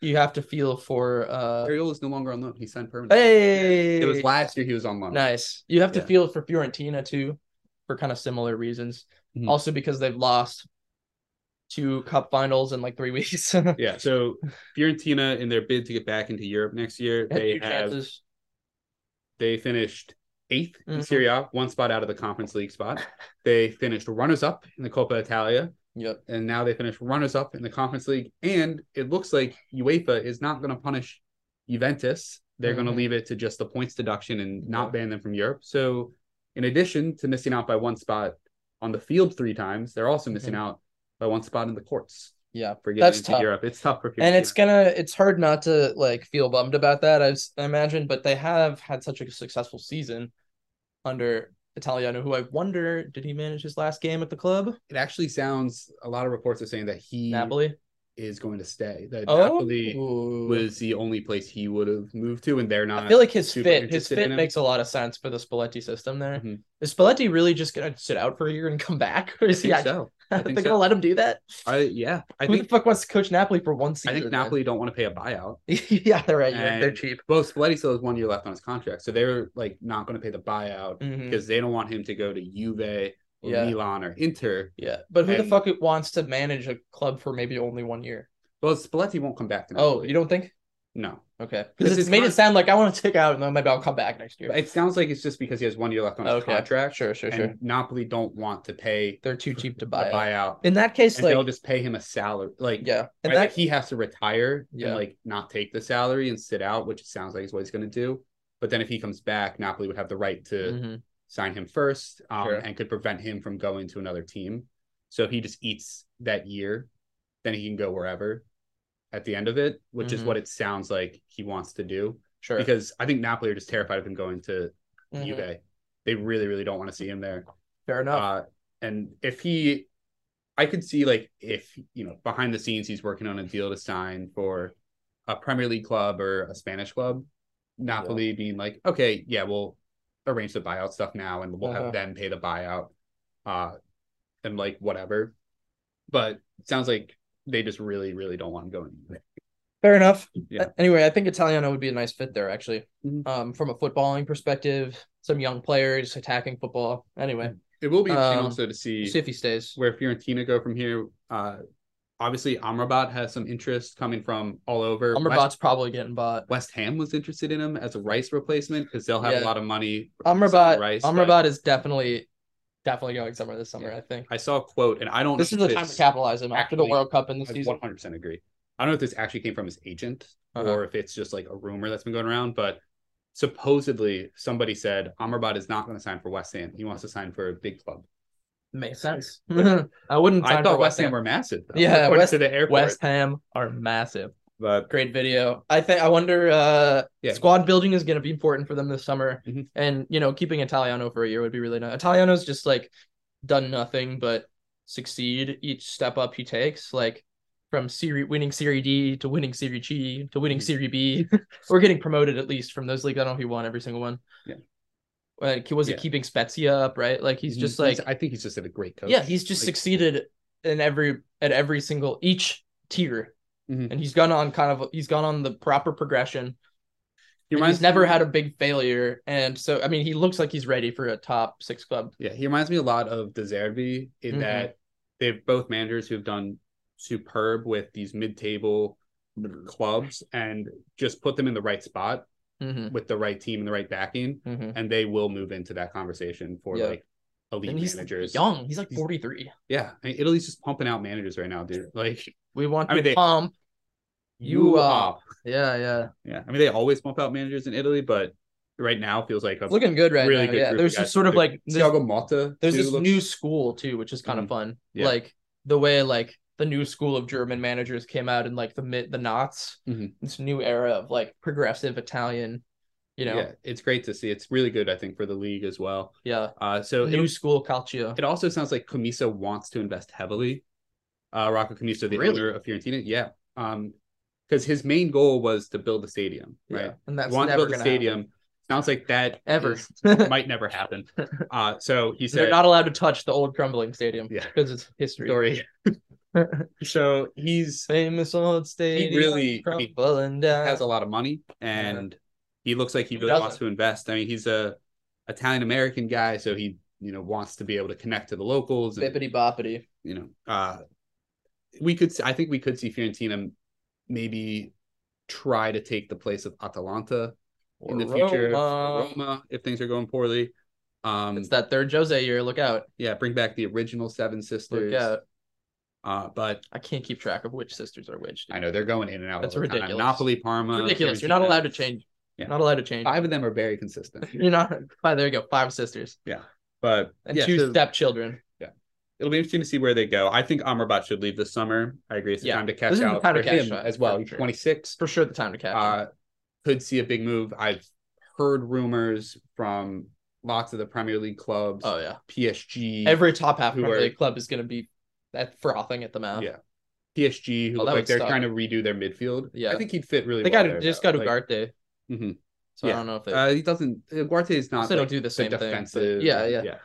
[SPEAKER 1] you have to feel for uh.
[SPEAKER 2] Ariola is no longer on loan. He signed permanently.
[SPEAKER 1] Hey,
[SPEAKER 2] It was last year he was on loan.
[SPEAKER 1] nice. You have to
[SPEAKER 2] Yeah.
[SPEAKER 1] feel for Fiorentina too, for kind of similar reasons.
[SPEAKER 2] Mhm.
[SPEAKER 1] Also because they've lost two cup finals in like three weeks. Had
[SPEAKER 2] Yeah. So Fiorentina in their bid to get back into Europe next year, they
[SPEAKER 1] two
[SPEAKER 2] have
[SPEAKER 1] chances.
[SPEAKER 2] they finished 8th in
[SPEAKER 1] Mhm.
[SPEAKER 2] Serie A, one spot out of the Conference League spot. They finished runners up in the Coppa Italia.
[SPEAKER 1] Yep.
[SPEAKER 2] and now they finished runners up in the conference league. And it looks like UEFA is not going to punish Juventus. They're going
[SPEAKER 1] Mhm.
[SPEAKER 2] to leave it to just the points deduction and
[SPEAKER 1] Yeah.
[SPEAKER 2] not ban them from Europe. So, in addition to missing out by one spot on the field three times, they're also missing
[SPEAKER 1] Mhm.
[SPEAKER 2] out by one spot in the courts
[SPEAKER 1] Yeah.
[SPEAKER 2] for getting
[SPEAKER 1] That's
[SPEAKER 2] into
[SPEAKER 1] tough.
[SPEAKER 2] Europe. It's tough for
[SPEAKER 1] And
[SPEAKER 2] Fiorentina.
[SPEAKER 1] it's gonna it's hard not to like feel bummed about that, I, s- I imagine, but they have had such a successful season under Italiano, who I wonder did he manage his last game at the club?
[SPEAKER 2] it actually sounds a lot of reports are saying that he
[SPEAKER 1] Napoli.
[SPEAKER 2] is going to stay. That
[SPEAKER 1] Oh
[SPEAKER 2] Napoli
[SPEAKER 1] Ooh.
[SPEAKER 2] was the only place he would have moved to, and they're not.
[SPEAKER 1] I feel like his
[SPEAKER 2] super
[SPEAKER 1] fit his
[SPEAKER 2] interested in
[SPEAKER 1] fit
[SPEAKER 2] him.
[SPEAKER 1] makes a lot of sense for the Spalletti system there.
[SPEAKER 2] Mhm.
[SPEAKER 1] Is Spalletti really just gonna sit out for a year and come back? Or
[SPEAKER 2] I
[SPEAKER 1] is he
[SPEAKER 2] think
[SPEAKER 1] actually
[SPEAKER 2] so.
[SPEAKER 1] I
[SPEAKER 2] I
[SPEAKER 1] think
[SPEAKER 2] think
[SPEAKER 1] they're
[SPEAKER 2] so.
[SPEAKER 1] gonna let him do that?
[SPEAKER 2] I, yeah, I
[SPEAKER 1] Who
[SPEAKER 2] think
[SPEAKER 1] the fuck wants to coach Napoli for one
[SPEAKER 2] I
[SPEAKER 1] season?
[SPEAKER 2] think
[SPEAKER 1] man?
[SPEAKER 2] Napoli don't want to pay a buyout.
[SPEAKER 1] yeah, they're right. You're- they're
[SPEAKER 2] And-
[SPEAKER 1] cheap.
[SPEAKER 2] Well, Spalletti still has one year left on his contract, so they're like not going to pay the buyout
[SPEAKER 1] Mhm.
[SPEAKER 2] because they don't want him to go to Juve or
[SPEAKER 1] Yeah.
[SPEAKER 2] Milan or Inter.
[SPEAKER 1] Yeah, but who the
[SPEAKER 2] And-
[SPEAKER 1] fuck wants to manage a club for maybe only one year?
[SPEAKER 2] Well, Spalletti won't come back to
[SPEAKER 1] Oh,
[SPEAKER 2] Napoli.
[SPEAKER 1] you don't think?
[SPEAKER 2] no.
[SPEAKER 1] Okay,
[SPEAKER 2] This
[SPEAKER 1] because it's
[SPEAKER 2] is
[SPEAKER 1] made
[SPEAKER 2] con-
[SPEAKER 1] it sound like I want to take out and then maybe I'll come back next year.
[SPEAKER 2] It sounds like it's just because he has one year left on his
[SPEAKER 1] Okay.
[SPEAKER 2] contract,
[SPEAKER 1] Sure, sure,
[SPEAKER 2] and
[SPEAKER 1] sure.
[SPEAKER 2] Napoli don't want to pay
[SPEAKER 1] They're too cheap to
[SPEAKER 2] the
[SPEAKER 1] buy. out.
[SPEAKER 2] buyout,
[SPEAKER 1] In that case,
[SPEAKER 2] and
[SPEAKER 1] like
[SPEAKER 2] they'll just pay him a salary. Like,
[SPEAKER 1] yeah, and
[SPEAKER 2] right, like,
[SPEAKER 1] that
[SPEAKER 2] he has to retire
[SPEAKER 1] Yeah.
[SPEAKER 2] and like not take the salary and sit out, which it sounds like is what he's going to do. But then if he comes back, Napoli would have the right to.
[SPEAKER 1] Mhm.
[SPEAKER 2] sign him first um,
[SPEAKER 1] Sure.
[SPEAKER 2] and could prevent him from going to another team. So if he just eats that year, then he can go wherever at the end of it, which is
[SPEAKER 1] Mhm.
[SPEAKER 2] what it sounds like he wants to do.
[SPEAKER 1] sure
[SPEAKER 2] Because I think Napoli are just terrified of him going to
[SPEAKER 1] Mhm.
[SPEAKER 2] Juve. They really, really don't want to see him there.
[SPEAKER 1] fair enough.
[SPEAKER 2] Uh, and if he, I could see like if you know behind the scenes he's working on a deal to sign for a Premier League club or a Spanish club, Napoli being like, okay, yeah, we'll arrange the buyout stuff now, and we'll
[SPEAKER 1] Uh-huh.
[SPEAKER 2] have them pay the buyout, uh, and like whatever. But it sounds like they just really, really don't want him going. anywhere.
[SPEAKER 1] fair enough. Uh,
[SPEAKER 2] yeah.
[SPEAKER 1] Anyway, I think Italiano would be a nice fit there actually.
[SPEAKER 2] Mhm.
[SPEAKER 1] Um, from a footballing perspective, some young players attacking football. Anyway,
[SPEAKER 2] It will be interesting
[SPEAKER 1] Um,
[SPEAKER 2] also to see
[SPEAKER 1] see if he stays.
[SPEAKER 2] where Fiorentina go from here. Uh, obviously, Amrabat has some interest coming from all over. West-
[SPEAKER 1] Amrabat's probably getting bought.
[SPEAKER 2] West Ham was interested in him as a Rice replacement because they'll have
[SPEAKER 1] Yeah.
[SPEAKER 2] a lot of money. from
[SPEAKER 1] Amrabat,
[SPEAKER 2] Rice, but
[SPEAKER 1] Amrabat is definitely, definitely going somewhere this summer. I think.
[SPEAKER 2] I saw a quote, and I don't.
[SPEAKER 1] This is
[SPEAKER 2] know
[SPEAKER 1] the
[SPEAKER 2] if
[SPEAKER 1] time to
[SPEAKER 2] it's-
[SPEAKER 1] capitalize him after the
[SPEAKER 2] actually-
[SPEAKER 1] World Cup and the
[SPEAKER 2] I
[SPEAKER 1] season.
[SPEAKER 2] 100% agree. I don't know if this actually came from his agent
[SPEAKER 1] Uh-huh.
[SPEAKER 2] or if it's just like a rumor that's been going around, but supposedly somebody said Amrabat is not going to sign for West Ham. He wants to sign for a big club.
[SPEAKER 1] Makes sense. I wouldn't.
[SPEAKER 2] I
[SPEAKER 1] sign
[SPEAKER 2] thought
[SPEAKER 1] for
[SPEAKER 2] West Ham were massive. Though,
[SPEAKER 1] Yeah,
[SPEAKER 2] according
[SPEAKER 1] West-
[SPEAKER 2] to the airport.
[SPEAKER 1] West Ham are massive.
[SPEAKER 2] but
[SPEAKER 1] Great video. I think. I wonder. Uh,
[SPEAKER 2] Yeah.
[SPEAKER 1] squad building is going to be important for them this summer,
[SPEAKER 2] Mhm.
[SPEAKER 1] and you know, keeping Italiano for a year would be really nice. Italiano's just like done nothing but succeed each step up he takes, like from Serie winning Serie D to winning Serie G to winning
[SPEAKER 2] Mhm.
[SPEAKER 1] Serie B, or getting promoted at least from those leagues. I don't know if he won every single one.
[SPEAKER 2] Yeah.
[SPEAKER 1] Like he was it
[SPEAKER 2] Yeah.
[SPEAKER 1] keeping Spezia up, right? Like he's just like
[SPEAKER 2] I think he's just a great coach.
[SPEAKER 1] yeah he's just
[SPEAKER 2] Like-
[SPEAKER 1] succeeded in every at every single each tier
[SPEAKER 2] Mhm.
[SPEAKER 1] and he's gone on kind of he's gone on the proper progression
[SPEAKER 2] He
[SPEAKER 1] and
[SPEAKER 2] reminds
[SPEAKER 1] he's never
[SPEAKER 2] me-
[SPEAKER 1] had a big failure and so i mean he looks like he's ready for a top six club
[SPEAKER 2] Yeah, he reminds me a lot of De Zerbi in
[SPEAKER 1] Mhm.
[SPEAKER 2] that they're both managers who have done superb with these mid-table clubs and just put them in the right spot
[SPEAKER 1] hmm
[SPEAKER 2] with the right team and the right backing,
[SPEAKER 1] hmm
[SPEAKER 2] and they will move into that conversation for
[SPEAKER 1] Yeah.
[SPEAKER 2] like elite
[SPEAKER 1] and he's
[SPEAKER 2] managers.
[SPEAKER 1] young he's like
[SPEAKER 2] He's-
[SPEAKER 1] 43
[SPEAKER 2] Yeah, I mean, Italy's just pumping out managers right now, dude. Like
[SPEAKER 1] we want
[SPEAKER 2] I mean,
[SPEAKER 1] to
[SPEAKER 2] they-
[SPEAKER 1] pump You uh,
[SPEAKER 2] you
[SPEAKER 1] are-
[SPEAKER 2] up.
[SPEAKER 1] yeah yeah
[SPEAKER 2] Yeah, I mean they always pump out managers in Italy, but right now feels like a
[SPEAKER 1] it's looking good right
[SPEAKER 2] really
[SPEAKER 1] now
[SPEAKER 2] good
[SPEAKER 1] yeah
[SPEAKER 2] group
[SPEAKER 1] there's
[SPEAKER 2] of
[SPEAKER 1] just
[SPEAKER 2] guys.
[SPEAKER 1] sort of like this,
[SPEAKER 2] Thiago Motta.
[SPEAKER 1] there's
[SPEAKER 2] too,
[SPEAKER 1] this
[SPEAKER 2] looks-
[SPEAKER 1] new school too which is kind of
[SPEAKER 2] Mhm.
[SPEAKER 1] fun
[SPEAKER 2] Yeah.
[SPEAKER 1] like the way like the new school of german managers came out in like the mid the knots
[SPEAKER 2] Mhm.
[SPEAKER 1] this new era of like progressive italian you know yeah,
[SPEAKER 2] Yeah, it's great to see. It's really good, I think, for the league as well. Uh, so
[SPEAKER 1] new
[SPEAKER 2] it,
[SPEAKER 1] school calcio
[SPEAKER 2] it also sounds like Camisa wants to invest heavily. Uh, Rocco Camisa, the
[SPEAKER 1] Really?
[SPEAKER 2] owner of Fiorentina, yeah, um, because his main goal was to build a stadium,
[SPEAKER 1] yeah
[SPEAKER 2] right?
[SPEAKER 1] and that's
[SPEAKER 2] He wanted to
[SPEAKER 1] never
[SPEAKER 2] build a
[SPEAKER 1] gonna
[SPEAKER 2] stadium. Sounds like that
[SPEAKER 1] Ever.
[SPEAKER 2] is- might never happen. Uh, so he
[SPEAKER 1] happen. they're
[SPEAKER 2] said,
[SPEAKER 1] not allowed to touch the old crumbling stadium
[SPEAKER 2] Yeah.
[SPEAKER 1] because it's history
[SPEAKER 2] "Sorry." so he's
[SPEAKER 1] famous old stadium
[SPEAKER 2] really- I mean,
[SPEAKER 1] crumbling down
[SPEAKER 2] has a lot of money, and he looks like he
[SPEAKER 1] Who
[SPEAKER 2] really wants
[SPEAKER 1] doesn't?
[SPEAKER 2] to invest. I mean, he's a Italian American guy, so he you know wants to be able to connect to the locals. and-
[SPEAKER 1] bippity boppity
[SPEAKER 2] you know, uh, we could. I think we could see Fiorentina maybe try to take the place of Atalanta in the future,
[SPEAKER 1] Roma.
[SPEAKER 2] Roma, if things are going poorly. Um,
[SPEAKER 1] it's that third jose year look out
[SPEAKER 2] yeah, bring back the original Seven
[SPEAKER 1] look
[SPEAKER 2] Sisters.
[SPEAKER 1] out
[SPEAKER 2] Uh, but
[SPEAKER 1] I can't keep track of which sisters are which. dude.
[SPEAKER 2] I know they're going in and out.
[SPEAKER 1] That's
[SPEAKER 2] all the time.
[SPEAKER 1] ridiculous.
[SPEAKER 2] Monopoly Parma.
[SPEAKER 1] ridiculous. You're
[SPEAKER 2] Fiorentina.
[SPEAKER 1] not allowed to change.
[SPEAKER 2] Yeah.
[SPEAKER 1] Not allowed to change.
[SPEAKER 2] Five of them are very consistent.
[SPEAKER 1] You're not. Fine, there you go. Five sisters
[SPEAKER 2] But
[SPEAKER 1] and
[SPEAKER 2] yeah,
[SPEAKER 1] two
[SPEAKER 2] so
[SPEAKER 1] stepchildren.
[SPEAKER 2] it'll be interesting to see where they go. I think Amrabat should leave this summer. I agree. It's the
[SPEAKER 1] Yeah.
[SPEAKER 2] time to
[SPEAKER 1] This
[SPEAKER 2] catch
[SPEAKER 1] is the
[SPEAKER 2] out
[SPEAKER 1] time to
[SPEAKER 2] for
[SPEAKER 1] cash
[SPEAKER 2] him
[SPEAKER 1] out,
[SPEAKER 2] as well.
[SPEAKER 1] for
[SPEAKER 2] He's
[SPEAKER 1] sure.
[SPEAKER 2] 26.
[SPEAKER 1] For sure, the time to catch. him.
[SPEAKER 2] Uh, could see a big move. I've heard rumors from lots of the Premier League clubs,
[SPEAKER 1] oh yeah.
[SPEAKER 2] PSG,
[SPEAKER 1] Every top half
[SPEAKER 2] who
[SPEAKER 1] Premier
[SPEAKER 2] are-
[SPEAKER 1] League club is going to be at frothing at the mouth.
[SPEAKER 2] Yeah. PSG, who
[SPEAKER 1] Oh, that
[SPEAKER 2] look
[SPEAKER 1] would
[SPEAKER 2] like they're
[SPEAKER 1] suck.
[SPEAKER 2] trying to redo their midfield.
[SPEAKER 1] Yeah.
[SPEAKER 2] I think he'd fit really
[SPEAKER 1] They
[SPEAKER 2] well.
[SPEAKER 1] got
[SPEAKER 2] there,
[SPEAKER 1] they just
[SPEAKER 2] though.
[SPEAKER 1] got
[SPEAKER 2] Like,
[SPEAKER 1] Ugarte.
[SPEAKER 2] mhm.
[SPEAKER 1] So
[SPEAKER 2] Yeah.
[SPEAKER 1] I don't know if they.
[SPEAKER 2] Uh, he doesn't. uh, Duarte is not.
[SPEAKER 1] they don't
[SPEAKER 2] like,
[SPEAKER 1] do the same thing, but-
[SPEAKER 2] defensive.
[SPEAKER 1] yeah, yeah.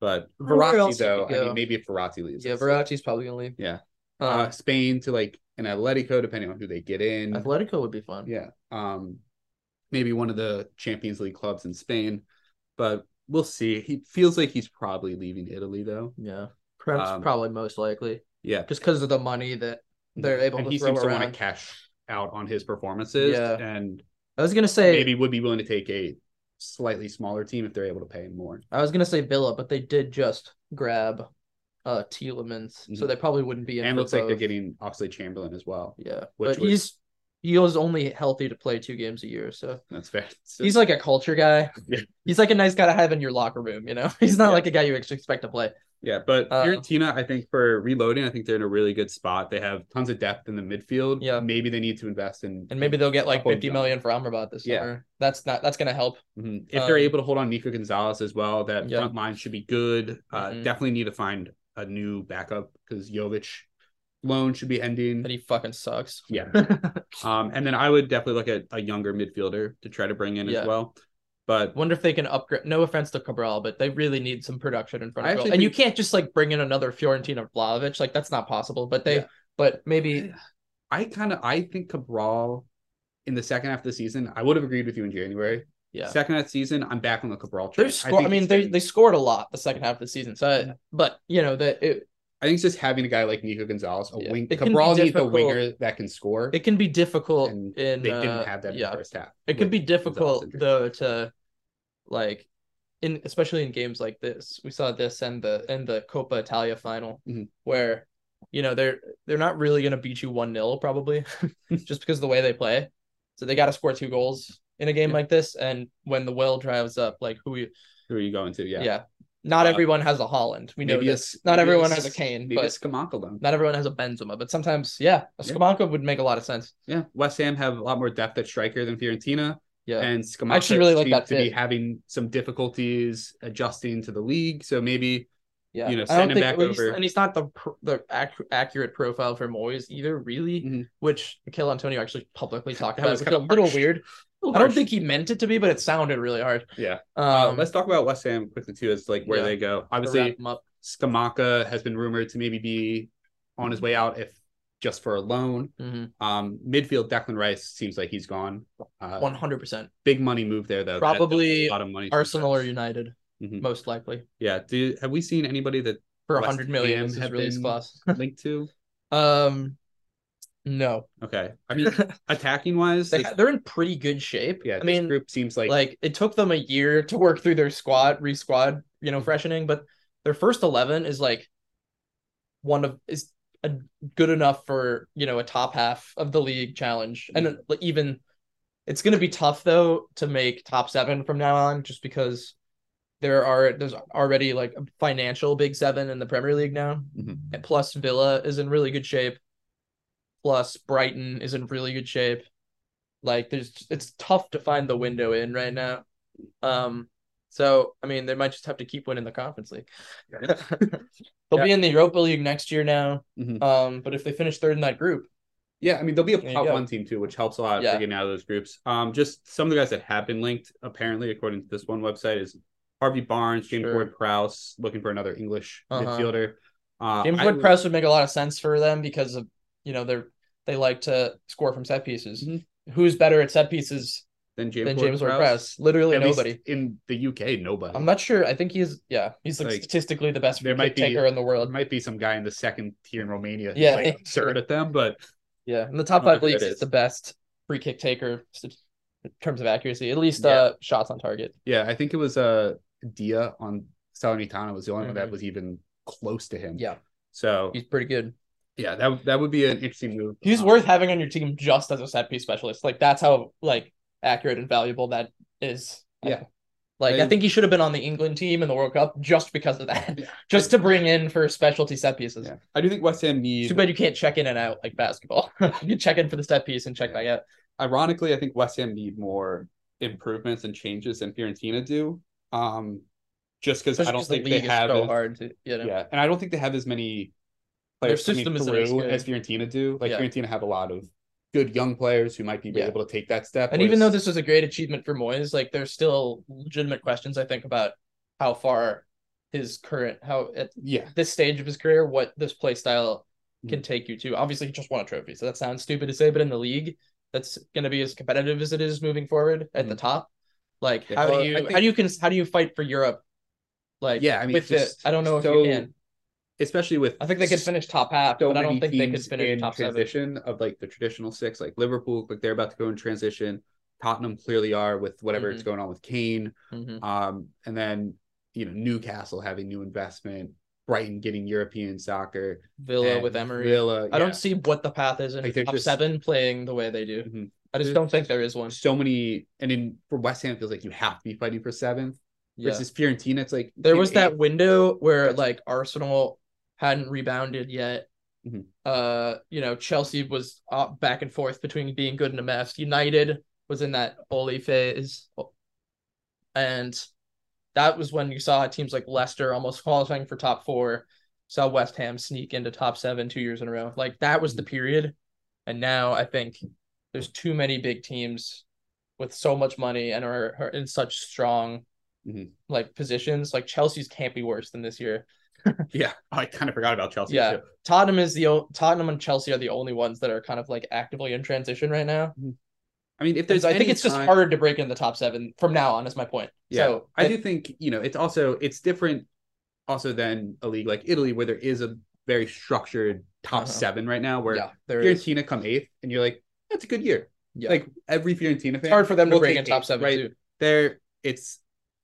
[SPEAKER 2] But
[SPEAKER 1] Or where
[SPEAKER 2] Verratti,
[SPEAKER 1] else could
[SPEAKER 2] though,
[SPEAKER 1] we
[SPEAKER 2] I
[SPEAKER 1] go?
[SPEAKER 2] mean, maybe if Verratti leaves.
[SPEAKER 1] yeah,
[SPEAKER 2] that's it.
[SPEAKER 1] Verratti's probably going to leave.
[SPEAKER 2] Yeah.
[SPEAKER 1] Um,
[SPEAKER 2] Uh, Spain to like an Atletico, depending on who they get in.
[SPEAKER 1] Atletico would be fun.
[SPEAKER 2] Uh, Yeah. Um, maybe one of the Champions League clubs in Spain, but we'll see. He feels like he's probably leaving Italy, though.
[SPEAKER 1] Yeah. Perhaps
[SPEAKER 2] Um,
[SPEAKER 1] probably most likely
[SPEAKER 2] Yeah.
[SPEAKER 1] just because of the money that they're able
[SPEAKER 2] and
[SPEAKER 1] to
[SPEAKER 2] he
[SPEAKER 1] throw
[SPEAKER 2] seems to want
[SPEAKER 1] around.
[SPEAKER 2] to cash out on his performances
[SPEAKER 1] Yeah.
[SPEAKER 2] and
[SPEAKER 1] I was gonna say
[SPEAKER 2] maybe would be willing to take a slightly smaller team if they're able to pay him more.
[SPEAKER 1] I was gonna say Villa, but they did just grab uh Telemans, so
[SPEAKER 2] Mhm.
[SPEAKER 1] they probably wouldn't be in.
[SPEAKER 2] and
[SPEAKER 1] for
[SPEAKER 2] looks like they're
[SPEAKER 1] both.
[SPEAKER 2] getting Oxley Chamberlain as well.
[SPEAKER 1] yeah,
[SPEAKER 2] which
[SPEAKER 1] but
[SPEAKER 2] would-
[SPEAKER 1] he's he was only healthy to play two games a year, so
[SPEAKER 2] That's fair. So-
[SPEAKER 1] he's like a culture guy.
[SPEAKER 2] Yeah.
[SPEAKER 1] He's like a nice guy to have in your locker room, you know. He's not
[SPEAKER 2] Yeah.
[SPEAKER 1] like a guy you ex- expect to play.
[SPEAKER 2] yeah, but
[SPEAKER 1] Uh,
[SPEAKER 2] Fiorentina, I think for reloading, I think they're in a really good spot. They have tons of depth in the midfield.
[SPEAKER 1] Yeah.
[SPEAKER 2] Maybe they need to invest in
[SPEAKER 1] And maybe they'll get like
[SPEAKER 2] Couple
[SPEAKER 1] fifty
[SPEAKER 2] young-
[SPEAKER 1] million for Amrabat this
[SPEAKER 2] Yeah.
[SPEAKER 1] summer. That's not that's gonna help.
[SPEAKER 2] Mhm. If they're
[SPEAKER 1] Um,
[SPEAKER 2] able to hold on Nico Gonzalez as well, that
[SPEAKER 1] Yeah.
[SPEAKER 2] front line should be good. Uh,
[SPEAKER 1] Mhm.
[SPEAKER 2] Definitely need to find a new backup because Jovic loan should be ending.
[SPEAKER 1] And he fucking sucks.
[SPEAKER 2] yeah. um, and then I would definitely look at a younger midfielder to try to bring in
[SPEAKER 1] Yeah.
[SPEAKER 2] as well. But
[SPEAKER 1] Wonder if they can upgrade. No offense to Cabral, but they really need some production in front
[SPEAKER 2] I
[SPEAKER 1] of goal.
[SPEAKER 2] actually
[SPEAKER 1] And you
[SPEAKER 2] think-
[SPEAKER 1] can't just like bring in another Fiorentina Vlahovic. Like that's not possible. But they,
[SPEAKER 2] Yeah.
[SPEAKER 1] but maybe
[SPEAKER 2] I kind of I think Cabral in the second half of the season, I would have agreed with you in January.
[SPEAKER 1] yeah.
[SPEAKER 2] Second half of the season, I'm back on the Cabral train.
[SPEAKER 1] They're score. I,
[SPEAKER 2] think
[SPEAKER 1] mean,
[SPEAKER 2] it's
[SPEAKER 1] they
[SPEAKER 2] been-
[SPEAKER 1] they scored a lot the second half of the season. So, I- but you know that it
[SPEAKER 2] I think it's just having a guy like Nico Gonzalez, a
[SPEAKER 1] Yeah.
[SPEAKER 2] wing.
[SPEAKER 1] It can be
[SPEAKER 2] Cabral needs a
[SPEAKER 1] difficult.
[SPEAKER 2] winger that can score.
[SPEAKER 1] it can be difficult
[SPEAKER 2] And
[SPEAKER 1] in
[SPEAKER 2] they
[SPEAKER 1] uh,
[SPEAKER 2] didn't have that in
[SPEAKER 1] yeah,
[SPEAKER 2] the first half.
[SPEAKER 1] it could
[SPEAKER 2] with
[SPEAKER 1] be
[SPEAKER 2] Gonzalez
[SPEAKER 1] difficult
[SPEAKER 2] injured.
[SPEAKER 1] though to like in especially in games like this we saw this and the and the coppa italia final
[SPEAKER 2] Mhm.
[SPEAKER 1] where you know they're they're not really going to beat you 1-0 probably just because of the way they play so they got to score two goals in a game
[SPEAKER 2] Yeah.
[SPEAKER 1] like this and when the will drives up like who you
[SPEAKER 2] Who are you going to?
[SPEAKER 1] yeah,
[SPEAKER 2] Yeah.
[SPEAKER 1] not
[SPEAKER 2] Uh,
[SPEAKER 1] everyone has a holland we know
[SPEAKER 2] Maybe
[SPEAKER 1] this
[SPEAKER 2] it's-
[SPEAKER 1] not
[SPEAKER 2] maybe
[SPEAKER 1] everyone
[SPEAKER 2] it's-
[SPEAKER 1] has a Kane,
[SPEAKER 2] Maybe
[SPEAKER 1] but-
[SPEAKER 2] it's Kamankalum.
[SPEAKER 1] not everyone has a benzema but sometimes yeah a
[SPEAKER 2] Yeah.
[SPEAKER 1] Skamanka would make a lot of sense
[SPEAKER 2] Yeah. West Ham have a lot more depth at striker than Fiorentina.
[SPEAKER 1] yeah
[SPEAKER 2] And Skamanka
[SPEAKER 1] I actually really like
[SPEAKER 2] seems
[SPEAKER 1] that
[SPEAKER 2] to be
[SPEAKER 1] fit.
[SPEAKER 2] having some difficulties adjusting to the league. So maybe
[SPEAKER 1] Yeah,
[SPEAKER 2] you know,
[SPEAKER 1] I
[SPEAKER 2] send
[SPEAKER 1] don't
[SPEAKER 2] him
[SPEAKER 1] think-
[SPEAKER 2] back
[SPEAKER 1] well, he's-
[SPEAKER 2] over.
[SPEAKER 1] and he's not the pr- the ac- accurate profile for Moyes either, really.
[SPEAKER 2] Mhm.
[SPEAKER 1] Which Mikel Antonio actually publicly talked
[SPEAKER 2] That
[SPEAKER 1] about,
[SPEAKER 2] was
[SPEAKER 1] which is a
[SPEAKER 2] kinda
[SPEAKER 1] little
[SPEAKER 2] harsh.
[SPEAKER 1] weird. I don't think he meant it to be, but it sounded really hard.
[SPEAKER 2] Yeah. Uh,
[SPEAKER 1] Um,
[SPEAKER 2] let's talk about West Ham quickly too, as like where
[SPEAKER 1] Yeah.
[SPEAKER 2] they go.
[SPEAKER 1] to
[SPEAKER 2] Obviously,
[SPEAKER 1] wrap him up.
[SPEAKER 2] Skamaka has been rumored to maybe be on his way out if just for a loan.
[SPEAKER 1] Mhm.
[SPEAKER 2] Um, midfield Declan Rice seems like he's gone. Uh,
[SPEAKER 1] 100%.
[SPEAKER 2] big money move there though. That-
[SPEAKER 1] Probably
[SPEAKER 2] a lot of money. from
[SPEAKER 1] Arsenal or
[SPEAKER 2] Rice.
[SPEAKER 1] United,
[SPEAKER 2] Mhm.
[SPEAKER 1] most likely,
[SPEAKER 2] Yeah. Do have we seen anybody that
[SPEAKER 1] for a
[SPEAKER 2] West
[SPEAKER 1] 100 million.
[SPEAKER 2] Ham
[SPEAKER 1] This is
[SPEAKER 2] have
[SPEAKER 1] really
[SPEAKER 2] been-
[SPEAKER 1] class.
[SPEAKER 2] linked to?
[SPEAKER 1] Um, no.
[SPEAKER 2] Okay. I mean, attacking wise,
[SPEAKER 1] They,
[SPEAKER 2] like,
[SPEAKER 1] they're in pretty good shape.
[SPEAKER 2] yeah,
[SPEAKER 1] I
[SPEAKER 2] this
[SPEAKER 1] mean,
[SPEAKER 2] group seems like,
[SPEAKER 1] like it took them a year to work through their squad re-squad you know freshening but their first 11 is like one of is a, good enough for you know a top half of the league challenge and
[SPEAKER 2] Mhm.
[SPEAKER 1] like, even it's going to be tough though to make top seven from now on just because there are there's already like a financial big seven in the premier league now
[SPEAKER 2] Mhm.
[SPEAKER 1] and plus villa is in really good shape plus brighton is in really good shape like there's it's tough to find the window in right now um so i mean they might just have to keep winning the conference league
[SPEAKER 2] Yeah.
[SPEAKER 1] they'll be in the europa league next year now
[SPEAKER 2] Mhm.
[SPEAKER 1] um but if they finish third in that group
[SPEAKER 2] yeah, I mean, they'll be a
[SPEAKER 1] There you
[SPEAKER 2] top
[SPEAKER 1] go.
[SPEAKER 2] one team too, which helps a lot
[SPEAKER 1] Yeah.
[SPEAKER 2] for getting out of those groups. Um, just some of the guys that have been linked, apparently, according to this one website, is Harvey Barnes, James
[SPEAKER 1] Sure.
[SPEAKER 2] Ward Prowse, looking for another English
[SPEAKER 1] Uh-huh.
[SPEAKER 2] midfielder. Uh,
[SPEAKER 1] james
[SPEAKER 2] I
[SPEAKER 1] wood
[SPEAKER 2] would-
[SPEAKER 1] press would make a lot of sense for them because of you know they're they like to score from set pieces
[SPEAKER 2] Mhm.
[SPEAKER 1] who's better at set pieces
[SPEAKER 2] than James,
[SPEAKER 1] than james ward
[SPEAKER 2] Ward-Prowse?
[SPEAKER 1] press literally
[SPEAKER 2] At least
[SPEAKER 1] nobody
[SPEAKER 2] in the UK. Nobody.
[SPEAKER 1] i'm not sure i think he's yeah he's like,
[SPEAKER 2] Like,
[SPEAKER 1] statistically the best
[SPEAKER 2] there
[SPEAKER 1] free kick
[SPEAKER 2] might be-
[SPEAKER 1] taker in the
[SPEAKER 2] There
[SPEAKER 1] world
[SPEAKER 2] might be some guy in the second tier in Romania. who's,
[SPEAKER 1] Yeah.
[SPEAKER 2] like absurd at them, but
[SPEAKER 1] Yeah, in the top
[SPEAKER 2] I'm not
[SPEAKER 1] five
[SPEAKER 2] sure it
[SPEAKER 1] leagues, it's
[SPEAKER 2] is.
[SPEAKER 1] the best free kick taker st- in terms of accuracy, at least
[SPEAKER 2] Yeah.
[SPEAKER 1] uh, shots on target.
[SPEAKER 2] yeah, I think it was uh Dia Mm-hmm. on Salernitana was the only one that was even close to him.
[SPEAKER 1] Yeah.
[SPEAKER 2] So
[SPEAKER 1] He's pretty good.
[SPEAKER 2] Yeah, that that would be an interesting move.
[SPEAKER 1] He's worth having on your team just as a set piece specialist. Like that's how like accurate and valuable that is.
[SPEAKER 2] Yeah.
[SPEAKER 1] Like I
[SPEAKER 2] I-
[SPEAKER 1] think he should have been on the England team in the World Cup just because of that.
[SPEAKER 2] Yeah.
[SPEAKER 1] just to bring in for specialty set pieces.
[SPEAKER 2] Yeah. I do think West Ham need
[SPEAKER 1] Too bad you can't check in and out like basketball. you check in for the set piece and check back out.
[SPEAKER 2] ironically, I think West Ham need more improvements and changes than Fiorentina do. Um, just because I
[SPEAKER 1] Especially
[SPEAKER 2] don't
[SPEAKER 1] 'cause the
[SPEAKER 2] think
[SPEAKER 1] league
[SPEAKER 2] they
[SPEAKER 1] is
[SPEAKER 2] have
[SPEAKER 1] so
[SPEAKER 2] as-
[SPEAKER 1] hard to you know.
[SPEAKER 2] yeah, and I don't think they have as many
[SPEAKER 1] Their
[SPEAKER 2] players coming
[SPEAKER 1] system isn't as
[SPEAKER 2] through
[SPEAKER 1] good.
[SPEAKER 2] as Fiorentina do. Like
[SPEAKER 1] Yeah.
[SPEAKER 2] Fiorentina have a lot of good young players who might be
[SPEAKER 1] Yeah.
[SPEAKER 2] able to take that step.
[SPEAKER 1] And even though
[SPEAKER 2] whereas-
[SPEAKER 1] this was a great achievement for Moyes, like there's still legitimate questions I think about how far his current how at
[SPEAKER 2] yeah,
[SPEAKER 1] this stage of his career what this play style can
[SPEAKER 2] Mhm.
[SPEAKER 1] take you to. Obviously, he just won a trophy, so that sounds stupid to say, but in the league, that's going to be as competitive as it is moving forward at the top. Like,
[SPEAKER 2] Hmm. Yeah.
[SPEAKER 1] how
[SPEAKER 2] Well,
[SPEAKER 1] do you
[SPEAKER 2] I
[SPEAKER 1] how
[SPEAKER 2] think-
[SPEAKER 1] do you cons- how do you fight for Europe? Like,
[SPEAKER 2] Yeah, I mean,
[SPEAKER 1] with the,
[SPEAKER 2] just
[SPEAKER 1] I don't know if
[SPEAKER 2] so-
[SPEAKER 1] you can.
[SPEAKER 2] especially with
[SPEAKER 1] I think they could finish top half,
[SPEAKER 2] so
[SPEAKER 1] but I don't
[SPEAKER 2] many
[SPEAKER 1] think they could
[SPEAKER 2] teams
[SPEAKER 1] finish
[SPEAKER 2] in
[SPEAKER 1] top seven.
[SPEAKER 2] transition of like the traditional six, like Liverpool, like they're about to go in transition. Tottenham clearly are with whatever
[SPEAKER 1] Mm-hmm.
[SPEAKER 2] is going on with Kane.
[SPEAKER 1] Mhm.
[SPEAKER 2] Um, and then you know Newcastle having new investment, Brighton getting European soccer,
[SPEAKER 1] Villa
[SPEAKER 2] and
[SPEAKER 1] with Emery.
[SPEAKER 2] Villa.
[SPEAKER 1] I
[SPEAKER 2] yeah.
[SPEAKER 1] don't see what the path is in
[SPEAKER 2] Like, they're
[SPEAKER 1] top
[SPEAKER 2] just-
[SPEAKER 1] seven playing the way they do.
[SPEAKER 2] Mhm.
[SPEAKER 1] I just
[SPEAKER 2] There's
[SPEAKER 1] don't think there is one.
[SPEAKER 2] so many, and in for West Ham, it feels like you have to be fighting for seventh.
[SPEAKER 1] Yeah.
[SPEAKER 2] Versus Fiorentina, it's like
[SPEAKER 1] There
[SPEAKER 2] in
[SPEAKER 1] was that
[SPEAKER 2] eighth.
[SPEAKER 1] window where
[SPEAKER 2] That's-
[SPEAKER 1] like Arsenal hadn't rebounded yet.
[SPEAKER 2] Mhm.
[SPEAKER 1] Uh, you know, Chelsea was up back and forth between being good and a mess. United was in that Oli phase, and that was when you saw teams like Leicester almost qualifying for top four. Saw West Ham sneak into top seven two years in a row. Like that was the period, and now I think there's too many big teams with so much money and are, are in such strong
[SPEAKER 2] Mhm.
[SPEAKER 1] like positions. Like Chelsea's can't be worse than this year.
[SPEAKER 2] Yeah, I kind of forgot about Chelsea.
[SPEAKER 1] Yeah.
[SPEAKER 2] too.
[SPEAKER 1] Tottenham is the o- Tottenham and Chelsea are the only ones that are kind of like actively in transition right now.
[SPEAKER 2] I mean, if
[SPEAKER 1] And
[SPEAKER 2] there's,
[SPEAKER 1] so I think
[SPEAKER 2] any
[SPEAKER 1] it's just
[SPEAKER 2] time-
[SPEAKER 1] harder to break in the top seven from now on. Is my point.
[SPEAKER 2] Yeah,
[SPEAKER 1] So
[SPEAKER 2] I
[SPEAKER 1] I
[SPEAKER 2] do think you know it's also it's different also than a league like Italy where there is a very structured top
[SPEAKER 1] Uh-huh.
[SPEAKER 2] seven right now where
[SPEAKER 1] yeah, there is.
[SPEAKER 2] Fiorentina come eighth and you're like that's a good year
[SPEAKER 1] Yeah.
[SPEAKER 2] like every Fiorentina fan
[SPEAKER 1] it's hard for them to
[SPEAKER 2] will
[SPEAKER 1] break in
[SPEAKER 2] take
[SPEAKER 1] top
[SPEAKER 2] eighth,
[SPEAKER 1] seven
[SPEAKER 2] right
[SPEAKER 1] too.
[SPEAKER 2] there it's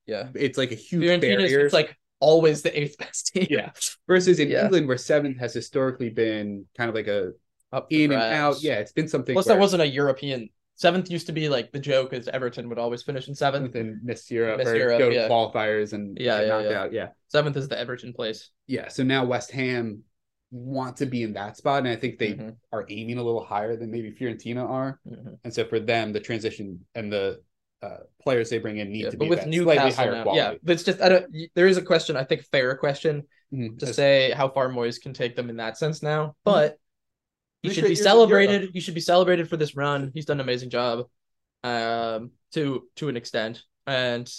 [SPEAKER 1] Yeah,
[SPEAKER 2] it's like a huge
[SPEAKER 1] Fiorentina
[SPEAKER 2] barrier
[SPEAKER 1] is like always the eighth best team.
[SPEAKER 2] Yeah. versus in
[SPEAKER 1] yeah.
[SPEAKER 2] England where seventh has historically been kind of like a
[SPEAKER 1] Up for
[SPEAKER 2] in and
[SPEAKER 1] grabs.
[SPEAKER 2] out yeah it's been something
[SPEAKER 1] Plus, that
[SPEAKER 2] where
[SPEAKER 1] wasn't a European seventh. Used to be like the joke is Everton would always finish in seventh.
[SPEAKER 2] within Miss Europe
[SPEAKER 1] Miss
[SPEAKER 2] or
[SPEAKER 1] Europe,
[SPEAKER 2] go to
[SPEAKER 1] yeah.
[SPEAKER 2] qualifiers and
[SPEAKER 1] Yeah,
[SPEAKER 2] get
[SPEAKER 1] yeah,
[SPEAKER 2] knocked
[SPEAKER 1] yeah.
[SPEAKER 2] out yeah
[SPEAKER 1] Seventh is the Everton place.
[SPEAKER 2] yeah so now West Ham want to be in that spot and I think they
[SPEAKER 1] Mhm,
[SPEAKER 2] are aiming a little higher than maybe Fiorentina are.
[SPEAKER 1] mhm.
[SPEAKER 2] And so for them, the transition and the uh, players they bring in need
[SPEAKER 1] Yeah,
[SPEAKER 2] to
[SPEAKER 1] but
[SPEAKER 2] be
[SPEAKER 1] with
[SPEAKER 2] that
[SPEAKER 1] Newcastle
[SPEAKER 2] slightly higher
[SPEAKER 1] now, yeah,
[SPEAKER 2] quality.
[SPEAKER 1] but it's just I don't. y- There is a question I think fair question
[SPEAKER 2] Mhm.
[SPEAKER 1] to
[SPEAKER 2] As-
[SPEAKER 1] say how far Moyes can take them in that sense
[SPEAKER 2] Hmm.
[SPEAKER 1] now, but he
[SPEAKER 2] Pretty
[SPEAKER 1] should be
[SPEAKER 2] straight years in Europe.
[SPEAKER 1] celebrated. He should be celebrated for this run. He's done an amazing job, um, to to an extent, and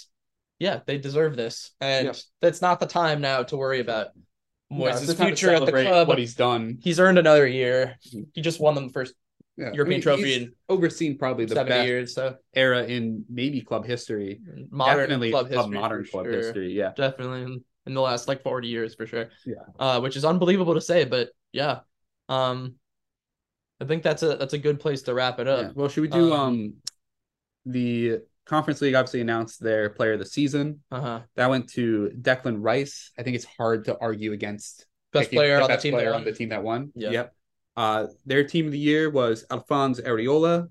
[SPEAKER 1] yeah, they deserve this. And
[SPEAKER 2] Yeah.
[SPEAKER 1] that's not the time now to worry about
[SPEAKER 2] No, it's
[SPEAKER 1] Moyes'
[SPEAKER 2] just not to
[SPEAKER 1] future at the
[SPEAKER 2] celebrate
[SPEAKER 1] club.
[SPEAKER 2] What he's Hmm. done.
[SPEAKER 1] He's earned another year. He just won them the first
[SPEAKER 2] Yeah.
[SPEAKER 1] European
[SPEAKER 2] he's
[SPEAKER 1] trophy in
[SPEAKER 2] overseen probably the
[SPEAKER 1] seven
[SPEAKER 2] best Hmm.
[SPEAKER 1] years. So
[SPEAKER 2] era in maybe club history.
[SPEAKER 1] modern
[SPEAKER 2] Definitely
[SPEAKER 1] club
[SPEAKER 2] club
[SPEAKER 1] history.
[SPEAKER 2] modern
[SPEAKER 1] for
[SPEAKER 2] club
[SPEAKER 1] sure.
[SPEAKER 2] history. Yeah.
[SPEAKER 1] definitely in, in the last like 40 years for sure
[SPEAKER 2] Yeah.
[SPEAKER 1] uh which is unbelievable to say but yeah um i think that's a that's a good place to wrap it
[SPEAKER 2] yeah.
[SPEAKER 1] up
[SPEAKER 2] Well, should we
[SPEAKER 1] um,
[SPEAKER 2] do um, the Conference League obviously announced their player of the season.
[SPEAKER 1] uh-huh
[SPEAKER 2] That went to Declan Rice. I think it's hard to argue against
[SPEAKER 1] best
[SPEAKER 2] picking
[SPEAKER 1] player on
[SPEAKER 2] best
[SPEAKER 1] the team
[SPEAKER 2] player
[SPEAKER 1] that
[SPEAKER 2] on
[SPEAKER 1] won.
[SPEAKER 2] the team that won.
[SPEAKER 1] Yeah.
[SPEAKER 2] Yep. Uh, their team of the year was Alphonse Areola.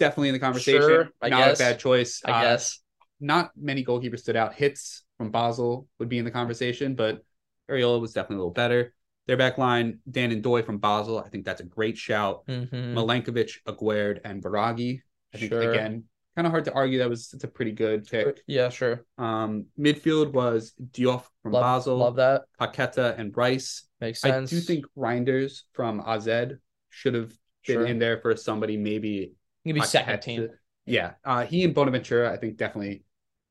[SPEAKER 2] Definitely in the conversation.
[SPEAKER 1] Sure, I
[SPEAKER 2] not
[SPEAKER 1] guess.
[SPEAKER 2] a bad choice.
[SPEAKER 1] i
[SPEAKER 2] Uh,
[SPEAKER 1] guess
[SPEAKER 2] Not many goalkeepers stood out. Hits from Basel would be in the conversation, but Areola was definitely a little better. Their back line, Dan and Doy from Basel. I think that's a great shout.
[SPEAKER 1] Mhm.
[SPEAKER 2] Milankovic, Aguerd, and Baragi. I think
[SPEAKER 1] Sure.
[SPEAKER 2] again, kind of hard to argue. That was it's a pretty good pick.
[SPEAKER 1] yeah sure
[SPEAKER 2] Um, midfield was Diouf from
[SPEAKER 1] love,
[SPEAKER 2] Basel,
[SPEAKER 1] love that
[SPEAKER 2] Paqueta and Rice.
[SPEAKER 1] makes
[SPEAKER 2] I
[SPEAKER 1] sense
[SPEAKER 2] do think Reinders from AZ should have been
[SPEAKER 1] sure.
[SPEAKER 2] in there for somebody maybe
[SPEAKER 1] maybe second
[SPEAKER 2] Paqueta.
[SPEAKER 1] team
[SPEAKER 2] Yeah, uh, he and Bonaventura, I think definitely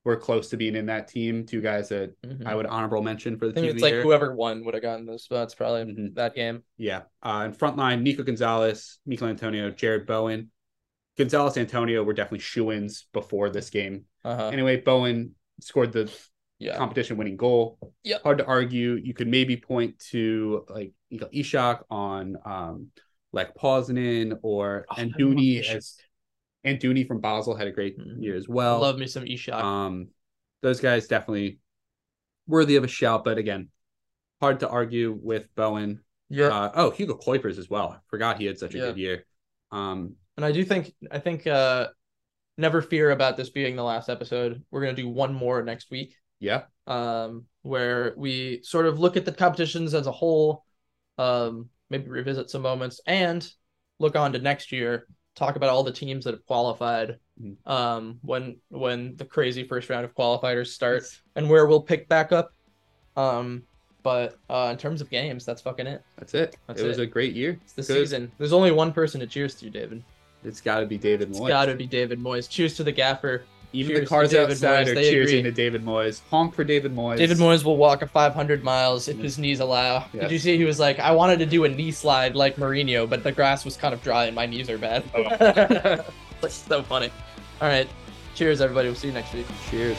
[SPEAKER 2] were close to being in that team. Two guys that
[SPEAKER 1] Mhm.
[SPEAKER 2] I would honorable mention for
[SPEAKER 1] I
[SPEAKER 2] the
[SPEAKER 1] think
[SPEAKER 2] team.
[SPEAKER 1] it's
[SPEAKER 2] of the
[SPEAKER 1] like
[SPEAKER 2] year.
[SPEAKER 1] whoever won would have gotten those spots probably
[SPEAKER 2] Mhm.
[SPEAKER 1] that game
[SPEAKER 2] Yeah, uh, and front line Nico Gonzalez, Mikel Antonio, Jared Bowen, Gonzalez, Antonio were definitely shoo-ins before this game.
[SPEAKER 1] uh-huh
[SPEAKER 2] Anyway, Bowen scored the
[SPEAKER 1] yeah
[SPEAKER 2] competition winning goal.
[SPEAKER 1] Yep.
[SPEAKER 2] Hard to argue. You could maybe point to like Igor Ishak on um like Poznan or
[SPEAKER 1] Oh, I love
[SPEAKER 2] Anduni
[SPEAKER 1] Ishak.
[SPEAKER 2] as Anduni from Basel had a great
[SPEAKER 1] Mhm.
[SPEAKER 2] year as
[SPEAKER 1] I
[SPEAKER 2] well.
[SPEAKER 1] love me some Ishak.
[SPEAKER 2] um those guys definitely worthy of a shout, but again, hard to argue with Bowen.
[SPEAKER 1] Yeah.
[SPEAKER 2] Uh, oh, Hugo Kuipers as well. I forgot he had such a
[SPEAKER 1] Yeah.
[SPEAKER 2] good year. Um,
[SPEAKER 1] And I do think I think uh never fear about this being the last episode. We're gonna do one more next week.
[SPEAKER 2] yeah,
[SPEAKER 1] Um, where we sort of look at the competitions as a whole, um, maybe revisit some moments and look on to next year, talk about all the teams that have qualified.
[SPEAKER 2] Mhm.
[SPEAKER 1] Um, when when the crazy first round of qualifiers start and where we'll pick back up. Um, but uh, in terms of games, that's fucking it.
[SPEAKER 2] that's it.
[SPEAKER 1] That's
[SPEAKER 2] it was
[SPEAKER 1] it.
[SPEAKER 2] a great year.
[SPEAKER 1] It's the
[SPEAKER 2] Good.
[SPEAKER 1] season. There's only one person to cheers to, David.
[SPEAKER 2] It's got to be David
[SPEAKER 1] It's
[SPEAKER 2] Moyes.
[SPEAKER 1] got to be David Moyes. Cheers to the gaffer.
[SPEAKER 2] Even
[SPEAKER 1] Cheers
[SPEAKER 2] the
[SPEAKER 1] to
[SPEAKER 2] cars
[SPEAKER 1] David
[SPEAKER 2] outside
[SPEAKER 1] Moyes,
[SPEAKER 2] are
[SPEAKER 1] they
[SPEAKER 2] cheering
[SPEAKER 1] agree.
[SPEAKER 2] to David Moyes. Honk for David Moyes.
[SPEAKER 1] David Moyes will walk a 500 miles if
[SPEAKER 2] Yeah.
[SPEAKER 1] his knees allow.
[SPEAKER 2] Yeah.
[SPEAKER 1] Did you see? He was like, I wanted to do a knee slide like Mourinho, but the grass was kind of dry and my knees are bad.
[SPEAKER 2] Oh.
[SPEAKER 1] That's so funny. All right. Cheers, everybody. We'll see you next week.
[SPEAKER 2] Cheers.